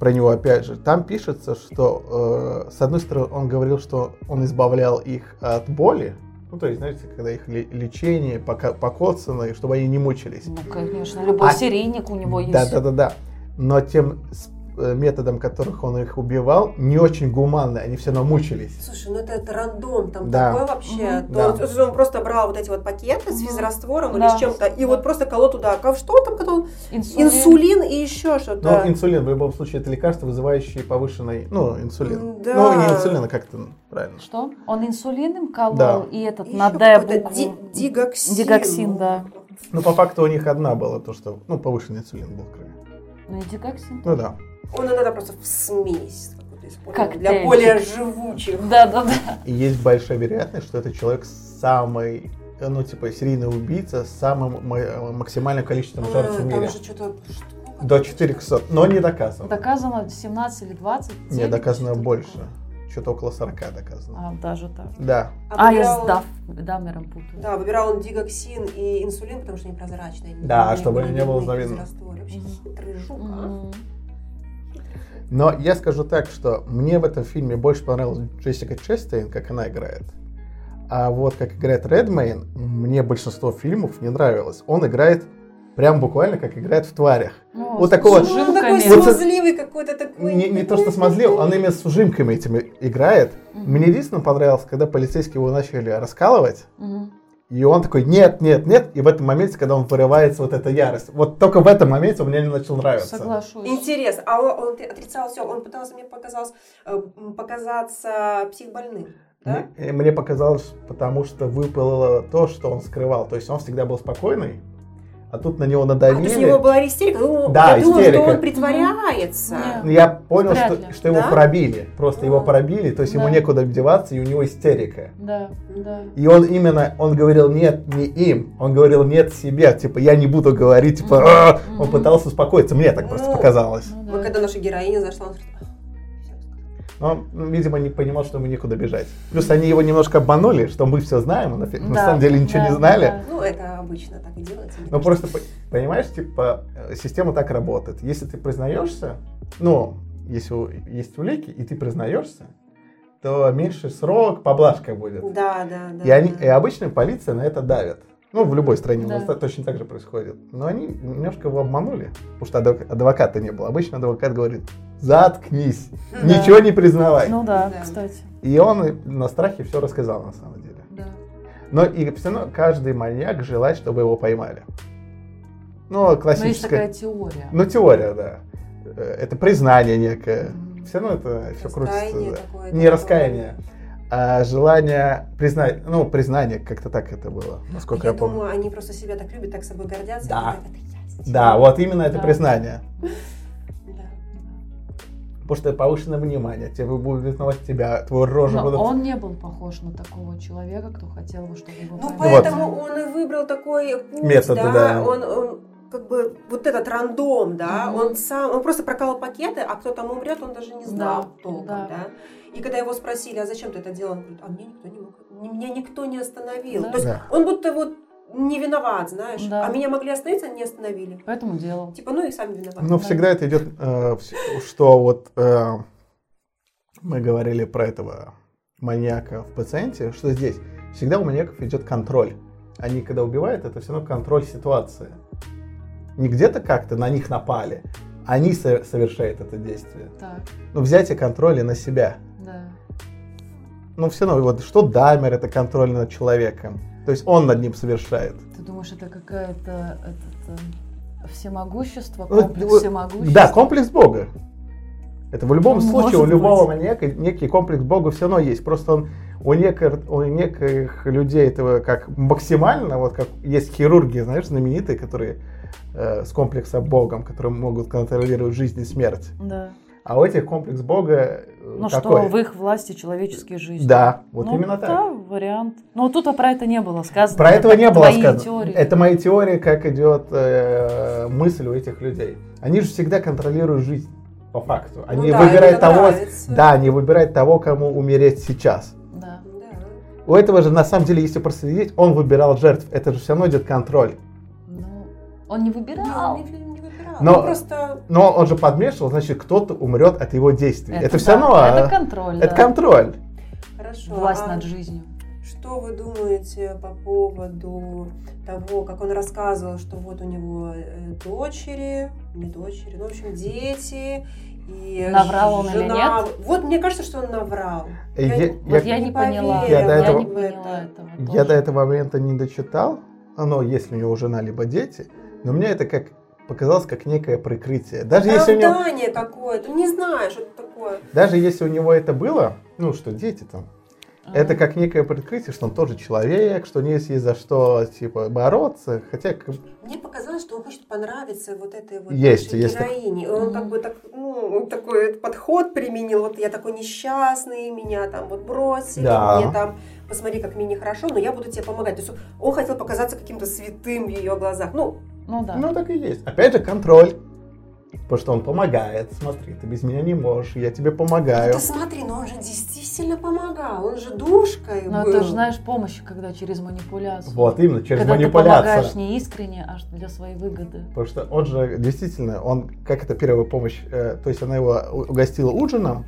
[SPEAKER 1] про него, опять же, там пишется, что э, с одной стороны он говорил, что он избавлял их от боли, ну, то есть, знаете, когда их ле- лечение, пока, покоцанные, чтобы они не мучились.
[SPEAKER 2] Ну, конечно, любой
[SPEAKER 1] А-
[SPEAKER 2] серийник у него есть.
[SPEAKER 1] Да, да, да, да. Но тем с- э, методом, которых он их убивал, не очень гуманно, они все равно мучились.
[SPEAKER 3] Слушай, ну это, это рандом, там
[SPEAKER 1] Да.
[SPEAKER 3] такое вообще.
[SPEAKER 2] Мгм.
[SPEAKER 3] То-
[SPEAKER 1] Да.
[SPEAKER 3] то есть он просто брал вот эти вот пакеты с
[SPEAKER 2] Мгм.
[SPEAKER 3] физраствором или
[SPEAKER 2] Да.
[SPEAKER 3] с чем-то, и
[SPEAKER 2] Да.
[SPEAKER 3] вот просто колол туда. Ко- Что там колол?
[SPEAKER 2] Инсулин.
[SPEAKER 3] Инсулин и еще
[SPEAKER 1] Но
[SPEAKER 3] что-то.
[SPEAKER 1] инсулин, в любом случае, это лекарство, вызывающее повышенный, ну, инсулин.
[SPEAKER 3] Да.
[SPEAKER 1] Ну, не инсулин, а как это правильно?
[SPEAKER 2] Что? Он инсулин им колол,
[SPEAKER 1] Да.
[SPEAKER 2] и этот
[SPEAKER 3] И
[SPEAKER 2] на
[SPEAKER 3] ещё
[SPEAKER 2] Д
[SPEAKER 3] какой-то
[SPEAKER 2] букву.
[SPEAKER 3] ди- Дигоксин.
[SPEAKER 2] Дигоксин, да.
[SPEAKER 1] Ну, по факту у них одна была, то, что, ну, повышенный инсулин был в крови.
[SPEAKER 2] Ну, и дигоксин.
[SPEAKER 1] Ну да.
[SPEAKER 3] Он иногда просто в смесь какую-то использовал Для
[SPEAKER 2] Коктейльчик.
[SPEAKER 3] более живучих.
[SPEAKER 2] Да, да, да.
[SPEAKER 1] И есть большая вероятность, что это человек самый, э, ну, типа, серийный убийца с самым ма- максимальным количеством
[SPEAKER 3] А,
[SPEAKER 1] жертв в
[SPEAKER 3] Там
[SPEAKER 1] мире.
[SPEAKER 3] же что-то...
[SPEAKER 1] До 400, но не доказано.
[SPEAKER 2] Доказано 17 или 20.
[SPEAKER 1] Не,
[SPEAKER 2] девять,
[SPEAKER 1] доказано
[SPEAKER 2] что-то
[SPEAKER 1] больше.
[SPEAKER 2] такое.
[SPEAKER 1] Что-то около 40 доказано.
[SPEAKER 2] А, даже так.
[SPEAKER 1] Да.
[SPEAKER 2] А, я
[SPEAKER 3] выбирал
[SPEAKER 2] с
[SPEAKER 3] он-
[SPEAKER 2] Дав... Дамером путаю.
[SPEAKER 3] Да, выбирал он дигоксин и инсулин, потому что они прозрачные. они
[SPEAKER 1] Да,
[SPEAKER 3] не-
[SPEAKER 1] чтобы не было
[SPEAKER 3] видны
[SPEAKER 1] завидно.
[SPEAKER 3] физрастворе. Вообще
[SPEAKER 2] Мгм.
[SPEAKER 3] хитрый жук, а.
[SPEAKER 2] М.
[SPEAKER 1] Но я скажу так, что мне в этом фильме больше понравилась Джессика Честейн, как она играет. А вот как играет Редмейн, мне большинство фильмов не нравилось. Он играет прям буквально как играет в тварях.
[SPEAKER 2] Ну,
[SPEAKER 1] Вот
[SPEAKER 2] с
[SPEAKER 1] такого-
[SPEAKER 3] Ну, он такой
[SPEAKER 2] ужимками.
[SPEAKER 1] Вот это-
[SPEAKER 3] смазливый какой-то такой.
[SPEAKER 1] Не, не то, что смазлил, он именно с ужимками этими играет.
[SPEAKER 2] Мгм.
[SPEAKER 1] Мне единственное понравилось, когда полицейские его начали раскалывать,
[SPEAKER 2] Мгм.
[SPEAKER 1] и он такой, нет, нет, нет, и в этом моменте, когда он вырывается, вот эта ярость. Вот только в этом моменте он мне не начал нравиться.
[SPEAKER 2] Соглашусь.
[SPEAKER 3] Интерес. А он, он отрицал все. Он пытался, мне показалось, э, м, показаться психбольным. Да?
[SPEAKER 1] Мне, э, мне показалось, потому что выпало то, что он скрывал. То есть он всегда был спокойный, а тут на него
[SPEAKER 3] А, то есть у
[SPEAKER 1] надавили.
[SPEAKER 3] него была истерика. Ну,
[SPEAKER 1] Да,
[SPEAKER 3] я думала, что
[SPEAKER 1] истерика.
[SPEAKER 3] он притворяется.
[SPEAKER 2] Нет.
[SPEAKER 1] Я понял,
[SPEAKER 2] Вряд
[SPEAKER 1] что,
[SPEAKER 2] ли.
[SPEAKER 1] что его
[SPEAKER 3] Да?
[SPEAKER 1] пробили. Просто его
[SPEAKER 3] А.
[SPEAKER 1] пробили, то есть ему
[SPEAKER 2] Да.
[SPEAKER 1] некуда деваться, и у него истерика.
[SPEAKER 2] Да, да.
[SPEAKER 1] И он именно, он говорил нет не им, он говорил нет себе, типа я не буду говорить, типа
[SPEAKER 2] Мгм.
[SPEAKER 1] «А!» он
[SPEAKER 2] Мгм.
[SPEAKER 1] пытался успокоиться, мне так просто
[SPEAKER 3] Ну.
[SPEAKER 1] показалось.
[SPEAKER 2] Ну
[SPEAKER 3] Вот
[SPEAKER 2] да.
[SPEAKER 3] когда наша героиня зашла, он говорит, «А, всё рассказала».
[SPEAKER 1] Но он, ну, видимо, не понимал, что ему некуда бежать. Плюс они его немножко обманули, что мы все знаем, а на, фи- на
[SPEAKER 2] Да,
[SPEAKER 1] самом деле ничего
[SPEAKER 2] да,
[SPEAKER 1] не знали.
[SPEAKER 2] да.
[SPEAKER 3] ну, это обычно так и делается. мне
[SPEAKER 1] Ну
[SPEAKER 3] кажется.
[SPEAKER 1] просто по- понимаешь, типа э, система так работает. Если ты признаешься, ну если у- есть улики и ты признаешься, то меньше срок, поблажка будет.
[SPEAKER 3] Да, да, да.
[SPEAKER 1] И они,
[SPEAKER 3] да.
[SPEAKER 1] и обычно полиция на это давит. Ну в любой стране у нас
[SPEAKER 2] Да.
[SPEAKER 1] та- точно так же происходит. Но они немножко его обманули, потому что адвок- адвоката не было. Обычно адвокат говорит: заткнись,
[SPEAKER 2] Да.
[SPEAKER 1] ничего не признавай.
[SPEAKER 2] Ну да,
[SPEAKER 3] Да.
[SPEAKER 2] кстати.
[SPEAKER 1] И он и на страхе все рассказал на самом деле.
[SPEAKER 2] Да.
[SPEAKER 1] Но и все равно каждый маньяк желает, чтобы его поймали. Ну,
[SPEAKER 2] Но есть
[SPEAKER 1] классическая...
[SPEAKER 2] такая теория.
[SPEAKER 1] Ну, теория, да. Э, Это признание некое.
[SPEAKER 2] Мгм.
[SPEAKER 1] Все равно это все крутится.
[SPEAKER 3] Раскаяние
[SPEAKER 1] да.
[SPEAKER 3] какое-то.
[SPEAKER 1] Не раскаяние, а желание признать, ну, признание, как-то так это было, насколько я,
[SPEAKER 3] Я
[SPEAKER 1] помню.
[SPEAKER 3] думаю, они просто себя так любят, так собой гордятся.
[SPEAKER 1] Да.
[SPEAKER 3] и говорят, «Это я сделал».
[SPEAKER 1] Да, вот именно это
[SPEAKER 2] Да.
[SPEAKER 1] признание.
[SPEAKER 3] Да.
[SPEAKER 1] Потому что повышенное внимание, тебе будут узнавать тебя, твою рожу
[SPEAKER 2] Но
[SPEAKER 1] будут...
[SPEAKER 2] он не был похож на такого человека, кто хотел бы, чтобы его
[SPEAKER 3] Ну,
[SPEAKER 2] поймали.
[SPEAKER 3] поэтому он и выбрал такой путь,
[SPEAKER 1] Метод,
[SPEAKER 3] да?
[SPEAKER 1] да.
[SPEAKER 3] Он, он как бы вот этот рандом, да,
[SPEAKER 2] Мгм.
[SPEAKER 3] он сам, он просто прокалывал пакеты, а кто там умрет, он даже не знал
[SPEAKER 2] Да,
[SPEAKER 3] толком, да.
[SPEAKER 2] да.
[SPEAKER 3] И когда его спросили, а зачем ты это делал, он говорит, а мне никто не мог, не- меня никто не остановил.
[SPEAKER 2] Да.
[SPEAKER 3] То есть
[SPEAKER 1] Да.
[SPEAKER 3] он будто вот не виноват, знаешь,
[SPEAKER 2] Да.
[SPEAKER 3] а меня могли остановить, а не остановили.
[SPEAKER 2] Поэтому делал.
[SPEAKER 3] Типа, ну и сами виноваты.
[SPEAKER 1] Но всегда это идет, э, вс- что вот э, мы говорили про этого маньяка в пациенте, что здесь всегда у маньяков идет контроль. Они когда убивают, это все равно контроль ситуации. Не где-то как-то на них напали, они со- совершают это действие.
[SPEAKER 2] Так,
[SPEAKER 1] Ну, взятие контроля на себя.
[SPEAKER 2] да.
[SPEAKER 1] Ну, все равно, вот что Даймер это контроль над человеком. То есть он над ним совершает.
[SPEAKER 2] Ты думаешь, это какая-то этот, э, всемогущество,
[SPEAKER 1] Ну,
[SPEAKER 2] комплекс
[SPEAKER 1] вот,
[SPEAKER 2] всемогущества?
[SPEAKER 1] Да, комплекс Бога. Это в любом
[SPEAKER 2] Ну, Может
[SPEAKER 1] случае, у любого
[SPEAKER 2] быть.
[SPEAKER 1] маньяка некий комплекс Бога все равно есть. Просто он у неких, у неких людей этого как максимально, вот как есть хирурги, знаешь, знаменитые, которые э, с комплекса Богом, которые могут контролировать жизнь и смерть.
[SPEAKER 2] Да.
[SPEAKER 1] А у этих комплекс Бога э,
[SPEAKER 2] Ну
[SPEAKER 1] такой.
[SPEAKER 2] что, в их власти человеческие жизни.
[SPEAKER 1] Да, вот
[SPEAKER 2] Ну,
[SPEAKER 1] именно так.
[SPEAKER 2] Да, вариант. Но тут а про это не было сказано.
[SPEAKER 1] Про этого не было
[SPEAKER 2] твои
[SPEAKER 1] сказано.
[SPEAKER 2] теории.
[SPEAKER 1] Это моя теория, как идет э, мысль у этих людей. Они же всегда контролируют жизнь по факту. Они
[SPEAKER 2] Ну
[SPEAKER 3] Ну да,
[SPEAKER 1] выбирают
[SPEAKER 3] это
[SPEAKER 1] того,
[SPEAKER 3] нравится.
[SPEAKER 1] да, они выбирают того, кому умереть сейчас.
[SPEAKER 2] Да.
[SPEAKER 3] Да.
[SPEAKER 1] У этого же на самом деле, если проследить, он выбирал жертв. Это же все равно идет контроль.
[SPEAKER 2] Ну, он не выбирал.
[SPEAKER 3] Не, не, не выбирал.
[SPEAKER 1] Но-
[SPEAKER 3] Ну, просто
[SPEAKER 1] Но он же подмешивал, значит, кто-то умрет от его действий. Это, все
[SPEAKER 2] да,
[SPEAKER 1] равно а,
[SPEAKER 2] Это контроль,
[SPEAKER 1] это
[SPEAKER 2] да.
[SPEAKER 1] контроль.
[SPEAKER 3] хорошо.
[SPEAKER 2] Власть
[SPEAKER 3] а
[SPEAKER 2] над жизнью.
[SPEAKER 3] Что вы думаете по поводу того, как он рассказывал, что вот у него э, дочери, не дочери, ну, в общем, дети, и
[SPEAKER 2] Наврал он или
[SPEAKER 3] жена. Вот мне кажется, что он наврал.
[SPEAKER 1] Э,
[SPEAKER 3] Я-
[SPEAKER 1] е-
[SPEAKER 2] Вот я,
[SPEAKER 3] не
[SPEAKER 2] не поняла.
[SPEAKER 1] поверила. Я до этого-
[SPEAKER 2] не поняла этого.
[SPEAKER 1] Я
[SPEAKER 2] тоже.
[SPEAKER 1] до этого момента не дочитал, но если у него жена либо дети, но мне это как показалось как некое прикрытие. Даже если, у него,
[SPEAKER 3] Оправдание какое-то, ну, не знаю, что это такое.
[SPEAKER 1] даже если у него это было, ну что дети там,
[SPEAKER 2] Ага.
[SPEAKER 1] это как некое прикрытие, что он тоже человек, что у него есть за что типа бороться, хотя как-
[SPEAKER 3] Мне показалось, что он хочет понравиться вот этой вот
[SPEAKER 1] Есть,
[SPEAKER 3] нашей
[SPEAKER 1] есть
[SPEAKER 3] героине. И Он как бы так, ну, он такой этот подход применил. Вот я такой несчастный, меня там вот бросили,
[SPEAKER 1] Да.
[SPEAKER 3] мне там, посмотри, как мне нехорошо, но я буду тебе помогать. То есть он хотел показаться каким-то святым в ее глазах. Ну,
[SPEAKER 2] Ну да.
[SPEAKER 1] ну так и есть. Опять же контроль, потому что он помогает. Смотри, ты без меня не можешь, я тебе
[SPEAKER 3] ну
[SPEAKER 1] помогаю.
[SPEAKER 3] ты смотри, но он же действительно помогал, он же душкой
[SPEAKER 2] Но
[SPEAKER 3] был.
[SPEAKER 2] Ну, это же, знаешь, помощь, когда через манипуляцию.
[SPEAKER 1] Вот именно через
[SPEAKER 2] когда ты
[SPEAKER 1] манипуляцию.
[SPEAKER 2] помогаешь не искренне, а для своей выгоды.
[SPEAKER 1] Потому что он же действительно, он как это первая помощь, э, то есть она его у- угостила ужином,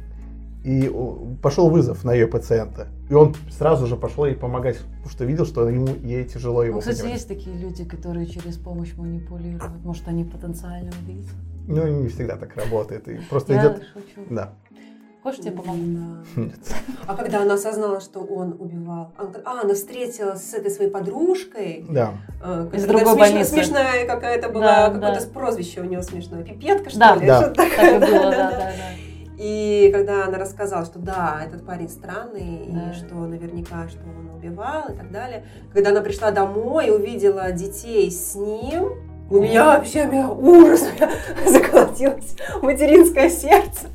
[SPEAKER 1] и у- пошел вызов на ее пациента. И он сразу же пошел ей помогать, потому что видел, что ему ей тяжело
[SPEAKER 2] Ну,
[SPEAKER 1] его
[SPEAKER 2] кстати,
[SPEAKER 1] поднимать.
[SPEAKER 2] есть такие люди, которые через помощь манипулируют. Может, они потенциально убийцы?
[SPEAKER 1] Ну, не всегда так работает. И просто
[SPEAKER 2] Я
[SPEAKER 1] идет.
[SPEAKER 2] шучу.
[SPEAKER 1] Да. (laughs)
[SPEAKER 2] Хочешь, я тебе помогу?
[SPEAKER 1] Нет.
[SPEAKER 3] А когда она осознала, что он убивал, она- а, она встретилась с этой своей подружкой,
[SPEAKER 1] Да.
[SPEAKER 3] Э,
[SPEAKER 2] Из
[SPEAKER 3] какая-то
[SPEAKER 2] другой
[SPEAKER 3] смеш-
[SPEAKER 2] больницы.
[SPEAKER 3] Смешная какая-то была,
[SPEAKER 2] Да,
[SPEAKER 3] какое-то
[SPEAKER 2] да.
[SPEAKER 3] прозвище у нее смешное. Пипетка, что
[SPEAKER 2] Да.
[SPEAKER 3] ли?
[SPEAKER 1] Да.
[SPEAKER 3] (laughs) Что-то такое.
[SPEAKER 2] Так и было, да,
[SPEAKER 3] Да-да-да.
[SPEAKER 2] да, да.
[SPEAKER 3] И когда она рассказала, что да, этот парень странный,
[SPEAKER 2] Да.
[SPEAKER 3] и что наверняка, что он убивал и так далее. Когда она пришла домой и увидела детей с ним, у меня вообще у меня ужас, у меня (laughs) заколотилось материнское сердце.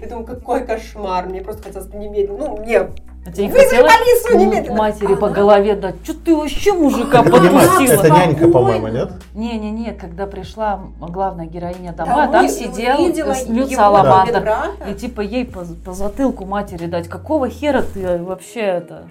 [SPEAKER 3] Я думаю, какой кошмар, мне просто хотелось немедленно, ну, мне
[SPEAKER 2] А тебе не
[SPEAKER 3] Вызови
[SPEAKER 2] хотелось
[SPEAKER 3] полицию
[SPEAKER 2] м-
[SPEAKER 3] немедленно.
[SPEAKER 2] матери по
[SPEAKER 3] Она-
[SPEAKER 2] голове дать? Что ты вообще мужика
[SPEAKER 1] Это не мать,
[SPEAKER 2] подпустила?
[SPEAKER 1] это нянька, по-моему,
[SPEAKER 3] Спокойно.
[SPEAKER 1] нет?
[SPEAKER 2] Не-не-не, когда пришла м, главная героиня
[SPEAKER 3] Домой
[SPEAKER 2] домой, а там
[SPEAKER 3] и
[SPEAKER 2] сидел
[SPEAKER 3] увидела
[SPEAKER 2] э, Люци
[SPEAKER 3] его
[SPEAKER 2] Аламандр.
[SPEAKER 3] брата.
[SPEAKER 2] И типа ей по, по затылку матери дать, какого хера ты вообще это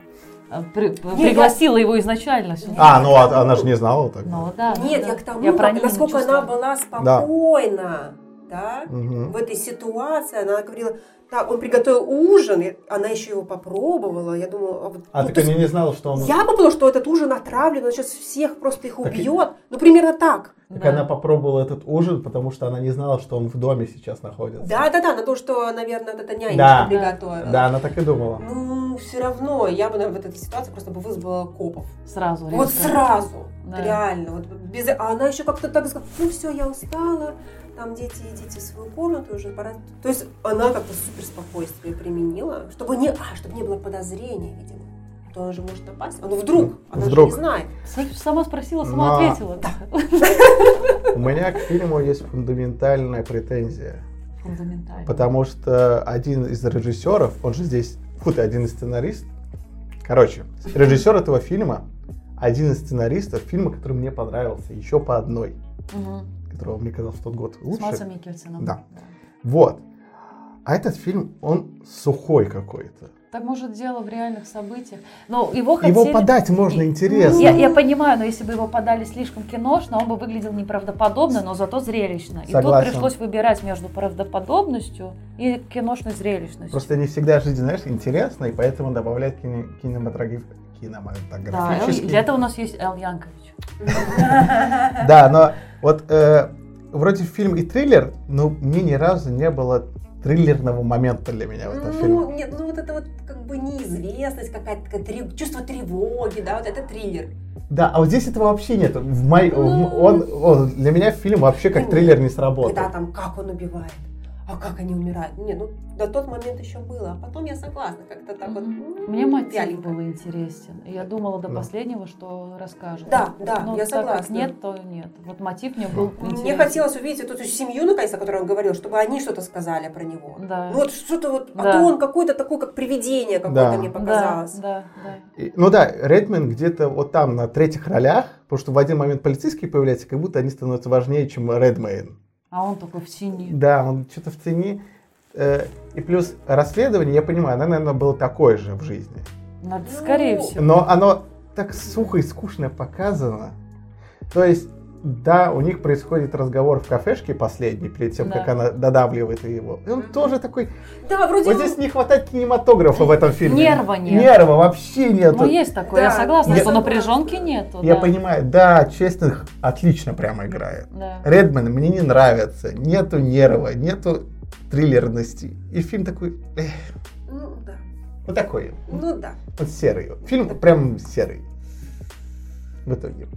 [SPEAKER 2] а, при- пригласила его изначально сюда?
[SPEAKER 1] А, ну а- она же не знала так.
[SPEAKER 2] Ну да. ну
[SPEAKER 3] Нет,
[SPEAKER 2] да.
[SPEAKER 3] я к тому,
[SPEAKER 2] Я про
[SPEAKER 3] как-
[SPEAKER 2] Нину
[SPEAKER 3] насколько
[SPEAKER 2] чувствую.
[SPEAKER 3] она была спокойна, да,
[SPEAKER 1] Мгм.
[SPEAKER 3] в этой ситуации. Она говорила, так, он приготовил ужин, и она еще его попробовала. Я думала, а вот-
[SPEAKER 1] А
[SPEAKER 3] ну,
[SPEAKER 1] так
[SPEAKER 3] то есть
[SPEAKER 1] они не знала, что он.
[SPEAKER 3] я бы подумала, что этот ужин отравлен, он сейчас всех просто их
[SPEAKER 1] Так и-
[SPEAKER 3] убьет. Ну, примерно так.
[SPEAKER 1] Так
[SPEAKER 2] Да.
[SPEAKER 1] она попробовала этот ужин, потому что она не знала, что он в доме сейчас находится.
[SPEAKER 3] Да, да, да, на то, что, наверное, вот эта
[SPEAKER 1] Да.
[SPEAKER 3] нянечка приготовила.
[SPEAKER 1] Да, она так и думала.
[SPEAKER 2] (laughs)
[SPEAKER 3] Ну, все равно, я бы наверное, в этой ситуации просто бы вызвала копов.
[SPEAKER 2] Сразу.
[SPEAKER 3] Вот
[SPEAKER 2] резко.
[SPEAKER 3] сразу,
[SPEAKER 2] Да.
[SPEAKER 3] реально. Вот без... А она еще как-то так сказала, ну все, я устала, там дети, идите в свою комнату, уже пора. То есть она как-то супер спокойствие применила, чтобы не, а, чтобы не было подозрения, видимо. А То он же может напасть. Он вдруг, она
[SPEAKER 1] Вдруг.
[SPEAKER 3] же не знает.
[SPEAKER 2] Слушай, Сама спросила,
[SPEAKER 1] Но-
[SPEAKER 2] сама ответила.
[SPEAKER 1] У меня к фильму есть фундаментальная претензия.
[SPEAKER 2] Фундаментально.
[SPEAKER 1] Потому что один из режиссеров, он же здесь, фу ты, один из сценаристов. Короче, режиссер этого фильма, один из сценаристов фильма, который мне понравился, еще по одной,
[SPEAKER 2] Мгм.
[SPEAKER 1] которого мне казалось в тот год
[SPEAKER 2] С Максом
[SPEAKER 1] лучше.
[SPEAKER 2] Микельсоном.
[SPEAKER 1] Да. Вот. А этот фильм, он сухой какой-то.
[SPEAKER 2] Так может дело в реальных событиях. Но его Ну, хотели...
[SPEAKER 1] Его подать можно интересно.
[SPEAKER 2] Я, я понимаю, но если бы его подали слишком киношно, он бы выглядел неправдоподобно, но зато зрелищно. И
[SPEAKER 1] Согласен.
[SPEAKER 2] тут пришлось выбирать между правдоподобностью и киношной зрелищностью.
[SPEAKER 1] Просто не всегда жизнь, знаешь, интересна, и поэтому добавляет кине- кинематограф-
[SPEAKER 2] Да, Эл-
[SPEAKER 3] ну,
[SPEAKER 1] кинематографический.
[SPEAKER 2] для этого у нас есть Эл Янкович.
[SPEAKER 1] Да, но вот э, вроде фильм и триллер, но мне ни разу не было триллерного момента для меня в этом фильме.
[SPEAKER 3] Ну, нет, ну вот это вот как бы неизвестность, какая-то такая трев- чувство тревоги, да, вот это триллер.
[SPEAKER 1] Да, а вот здесь этого вообще нет. В май... в-
[SPEAKER 3] Ну.
[SPEAKER 1] он, он- для меня фильм вообще как
[SPEAKER 3] Ну,
[SPEAKER 1] триллер не
[SPEAKER 3] И
[SPEAKER 1] сработал.
[SPEAKER 3] Да, там, как он убивает, а как они умирают. Не, ну, до тот момент еще было, а потом я согласна, как-то так вот. м,
[SPEAKER 2] Мне мотив
[SPEAKER 3] вяленько.
[SPEAKER 2] был интересен. Я думала до
[SPEAKER 1] Да.
[SPEAKER 2] последнего, что расскажет.
[SPEAKER 3] Да, да,
[SPEAKER 2] Но
[SPEAKER 3] я
[SPEAKER 2] так как
[SPEAKER 3] согласна.
[SPEAKER 2] нет, то нет. Вот мотив мне был интересен.
[SPEAKER 3] Мне хотелось увидеть эту семью, наконец, о которой он говорил, чтобы они что-то сказали про него.
[SPEAKER 2] Да.
[SPEAKER 3] Ну вот что-то вот, а
[SPEAKER 2] Да.
[SPEAKER 3] то он какой-то такой, как привидение какое-то
[SPEAKER 1] Да.
[SPEAKER 3] мне
[SPEAKER 2] Да,
[SPEAKER 3] показалось.
[SPEAKER 2] Да, да,
[SPEAKER 1] И- Ну да, Редмин где-то вот там на третьих ролях, потому что в один момент полицейские появляются, как будто они становятся важнее, чем Редмейн.
[SPEAKER 2] А он такой в синий.
[SPEAKER 1] Да, он что-то в тени. Э, И плюс расследование, я понимаю, оно, наверное, было такое же в жизни.
[SPEAKER 2] Надо,
[SPEAKER 3] Ну,
[SPEAKER 2] скорее всего.
[SPEAKER 1] Но оно так сухо и скучно показано. То есть, да, у них происходит разговор в кафешке последний, перед тем,
[SPEAKER 2] Да.
[SPEAKER 1] как она додавливает его. И он
[SPEAKER 3] Мгм.
[SPEAKER 1] тоже такой...
[SPEAKER 3] Да, вроде
[SPEAKER 1] Вот
[SPEAKER 3] он-
[SPEAKER 1] здесь не хватает кинематографа в этом фильме.
[SPEAKER 2] Нерва нет.
[SPEAKER 1] Нерва вообще нету.
[SPEAKER 2] Ну, есть такое, я
[SPEAKER 3] Да,
[SPEAKER 2] согласна,
[SPEAKER 1] я
[SPEAKER 2] что
[SPEAKER 3] согласна.
[SPEAKER 2] напряженки нету.
[SPEAKER 1] Я
[SPEAKER 2] да.
[SPEAKER 1] понимаю, да, Честных отлично прямо играет.
[SPEAKER 2] Да.
[SPEAKER 1] Редман мне не нравится. Нету нерва, нету триллерности. И фильм такой... эх,
[SPEAKER 3] Ну да,
[SPEAKER 1] вот такой.
[SPEAKER 3] ну да.
[SPEAKER 1] Вот серый. Фильм прям серый. В итоге.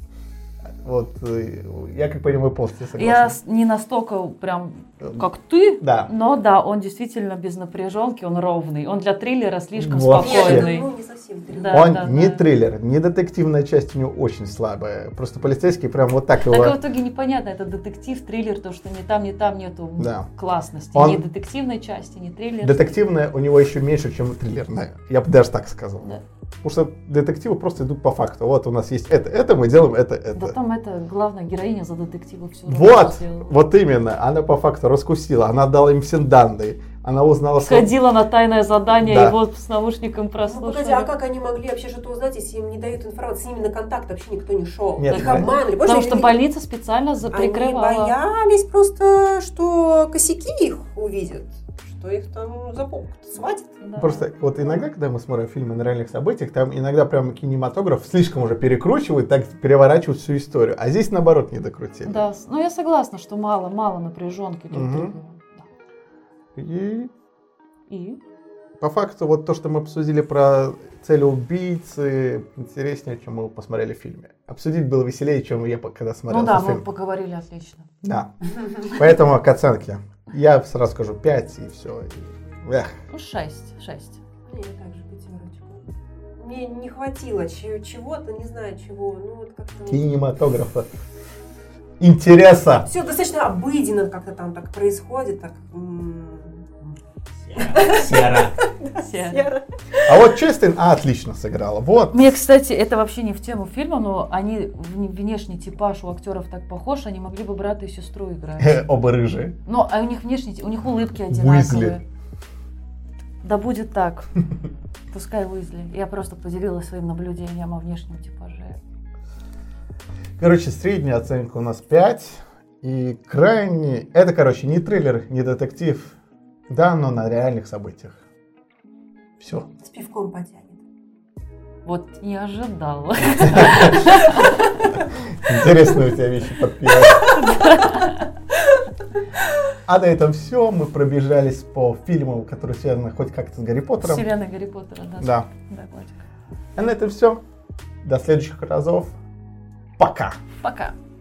[SPEAKER 1] Вот, э, я как понимаю, полностью
[SPEAKER 2] Я
[SPEAKER 1] согласен.
[SPEAKER 2] с- не настолько прям как ты,
[SPEAKER 1] Да.
[SPEAKER 2] но да, он действительно без напряженки, он ровный. Он для триллера слишком
[SPEAKER 1] Вообще.
[SPEAKER 2] спокойный.
[SPEAKER 3] Нет, ну не совсем.
[SPEAKER 2] Да,
[SPEAKER 1] он
[SPEAKER 2] да,
[SPEAKER 1] не
[SPEAKER 2] да.
[SPEAKER 1] триллер, не детективная часть у него очень слабая. Просто полицейский прям вот так его...
[SPEAKER 2] Так и в итоге непонятно, это детектив, триллер, то что ни там, ни там нету м,
[SPEAKER 1] Да.
[SPEAKER 2] классности.
[SPEAKER 1] Он-
[SPEAKER 2] Ни детективной части, ни триллера.
[SPEAKER 1] Детективная у него еще меньше, чем триллерная. Я бы даже так сказал.
[SPEAKER 2] Да.
[SPEAKER 1] Потому что детективы просто идут по факту. Вот у нас есть это, это, мы делаем это, это.
[SPEAKER 2] Да там это главная героиня за детектива все
[SPEAKER 1] Вот, вот именно. Она по факту раскусила. Она дала им всем данные. Она узнала... свой-
[SPEAKER 2] Сходила на тайное задание,
[SPEAKER 1] Да.
[SPEAKER 2] его с наушником
[SPEAKER 3] Ну,
[SPEAKER 2] прослушали.
[SPEAKER 3] погоди, а как они могли вообще что-то узнать, если им не дают информацию, с ними на контакт вообще никто не шел?
[SPEAKER 1] Нет,
[SPEAKER 3] Их
[SPEAKER 1] да.
[SPEAKER 3] обманывали. Боже,
[SPEAKER 2] Потому что
[SPEAKER 3] они-
[SPEAKER 2] больница специально за-
[SPEAKER 3] Они
[SPEAKER 2] прикрывала.
[SPEAKER 3] боялись просто, что косяки их увидят, что их там за попу схватит.
[SPEAKER 2] Да.
[SPEAKER 1] Просто вот иногда, когда мы смотрим фильмы на реальных событиях, там иногда прям кинематограф слишком уже перекручивает, так переворачивают всю историю. А здесь наоборот не докрутили.
[SPEAKER 2] Да, с- ну я согласна, что мало, мало напряженки. друг
[SPEAKER 1] Мгм.
[SPEAKER 2] друга. Да.
[SPEAKER 1] И
[SPEAKER 2] И
[SPEAKER 1] по факту вот то, что мы обсудили про цели убийцы, интереснее, чем мы посмотрели в фильме. Обсудить было веселее, чем я по- когда смотрел
[SPEAKER 2] ну да,
[SPEAKER 1] этот
[SPEAKER 2] мы
[SPEAKER 1] фильм.
[SPEAKER 2] поговорили отлично. (laughs)
[SPEAKER 1] Да. Поэтому к оценке. Я сразу скажу 5 и все.
[SPEAKER 2] Ну шесть, шесть.
[SPEAKER 3] Не, я так же пятерочку. Мне не хватило чё- чего-то, не знаю чего. Ну вот как-то...
[SPEAKER 1] кинематографа. Интереса.
[SPEAKER 3] Все достаточно обыденно как-то там так происходит. Так... м.
[SPEAKER 2] Все.
[SPEAKER 3] Яра.
[SPEAKER 1] А вот Честин, а, отлично сыграла. Вот.
[SPEAKER 2] Мне, кстати, это вообще не в тему фильма, но они вне- внешний типаж у актеров так похож, они могли бы брата и сестру играть.
[SPEAKER 1] (laughs) Оба рыжие.
[SPEAKER 2] Но а у них внешний, ти- у них улыбки одинаковые. Да будет
[SPEAKER 1] (laughs)
[SPEAKER 2] так. Пускай Уизли. Я просто поделилась своим наблюдением о внешнем типаже.
[SPEAKER 1] Короче, средняя оценка у нас 5. И крайне... Это, короче, не триллер, не детектив. Да, но на реальных событиях. Все.
[SPEAKER 3] С пивком потянет.
[SPEAKER 2] Вот не ожидала.
[SPEAKER 1] Ну, Интересные у тебя вещи под пиво. А на этом все. Мы пробежались по фильмам, которые связаны хоть как-то с Гарри Поттером.
[SPEAKER 2] Вселенная Гарри Поттера, да.
[SPEAKER 1] Да.
[SPEAKER 2] Да, Владик.
[SPEAKER 1] А на этом все. До следующих разов. Пока.
[SPEAKER 2] Пока.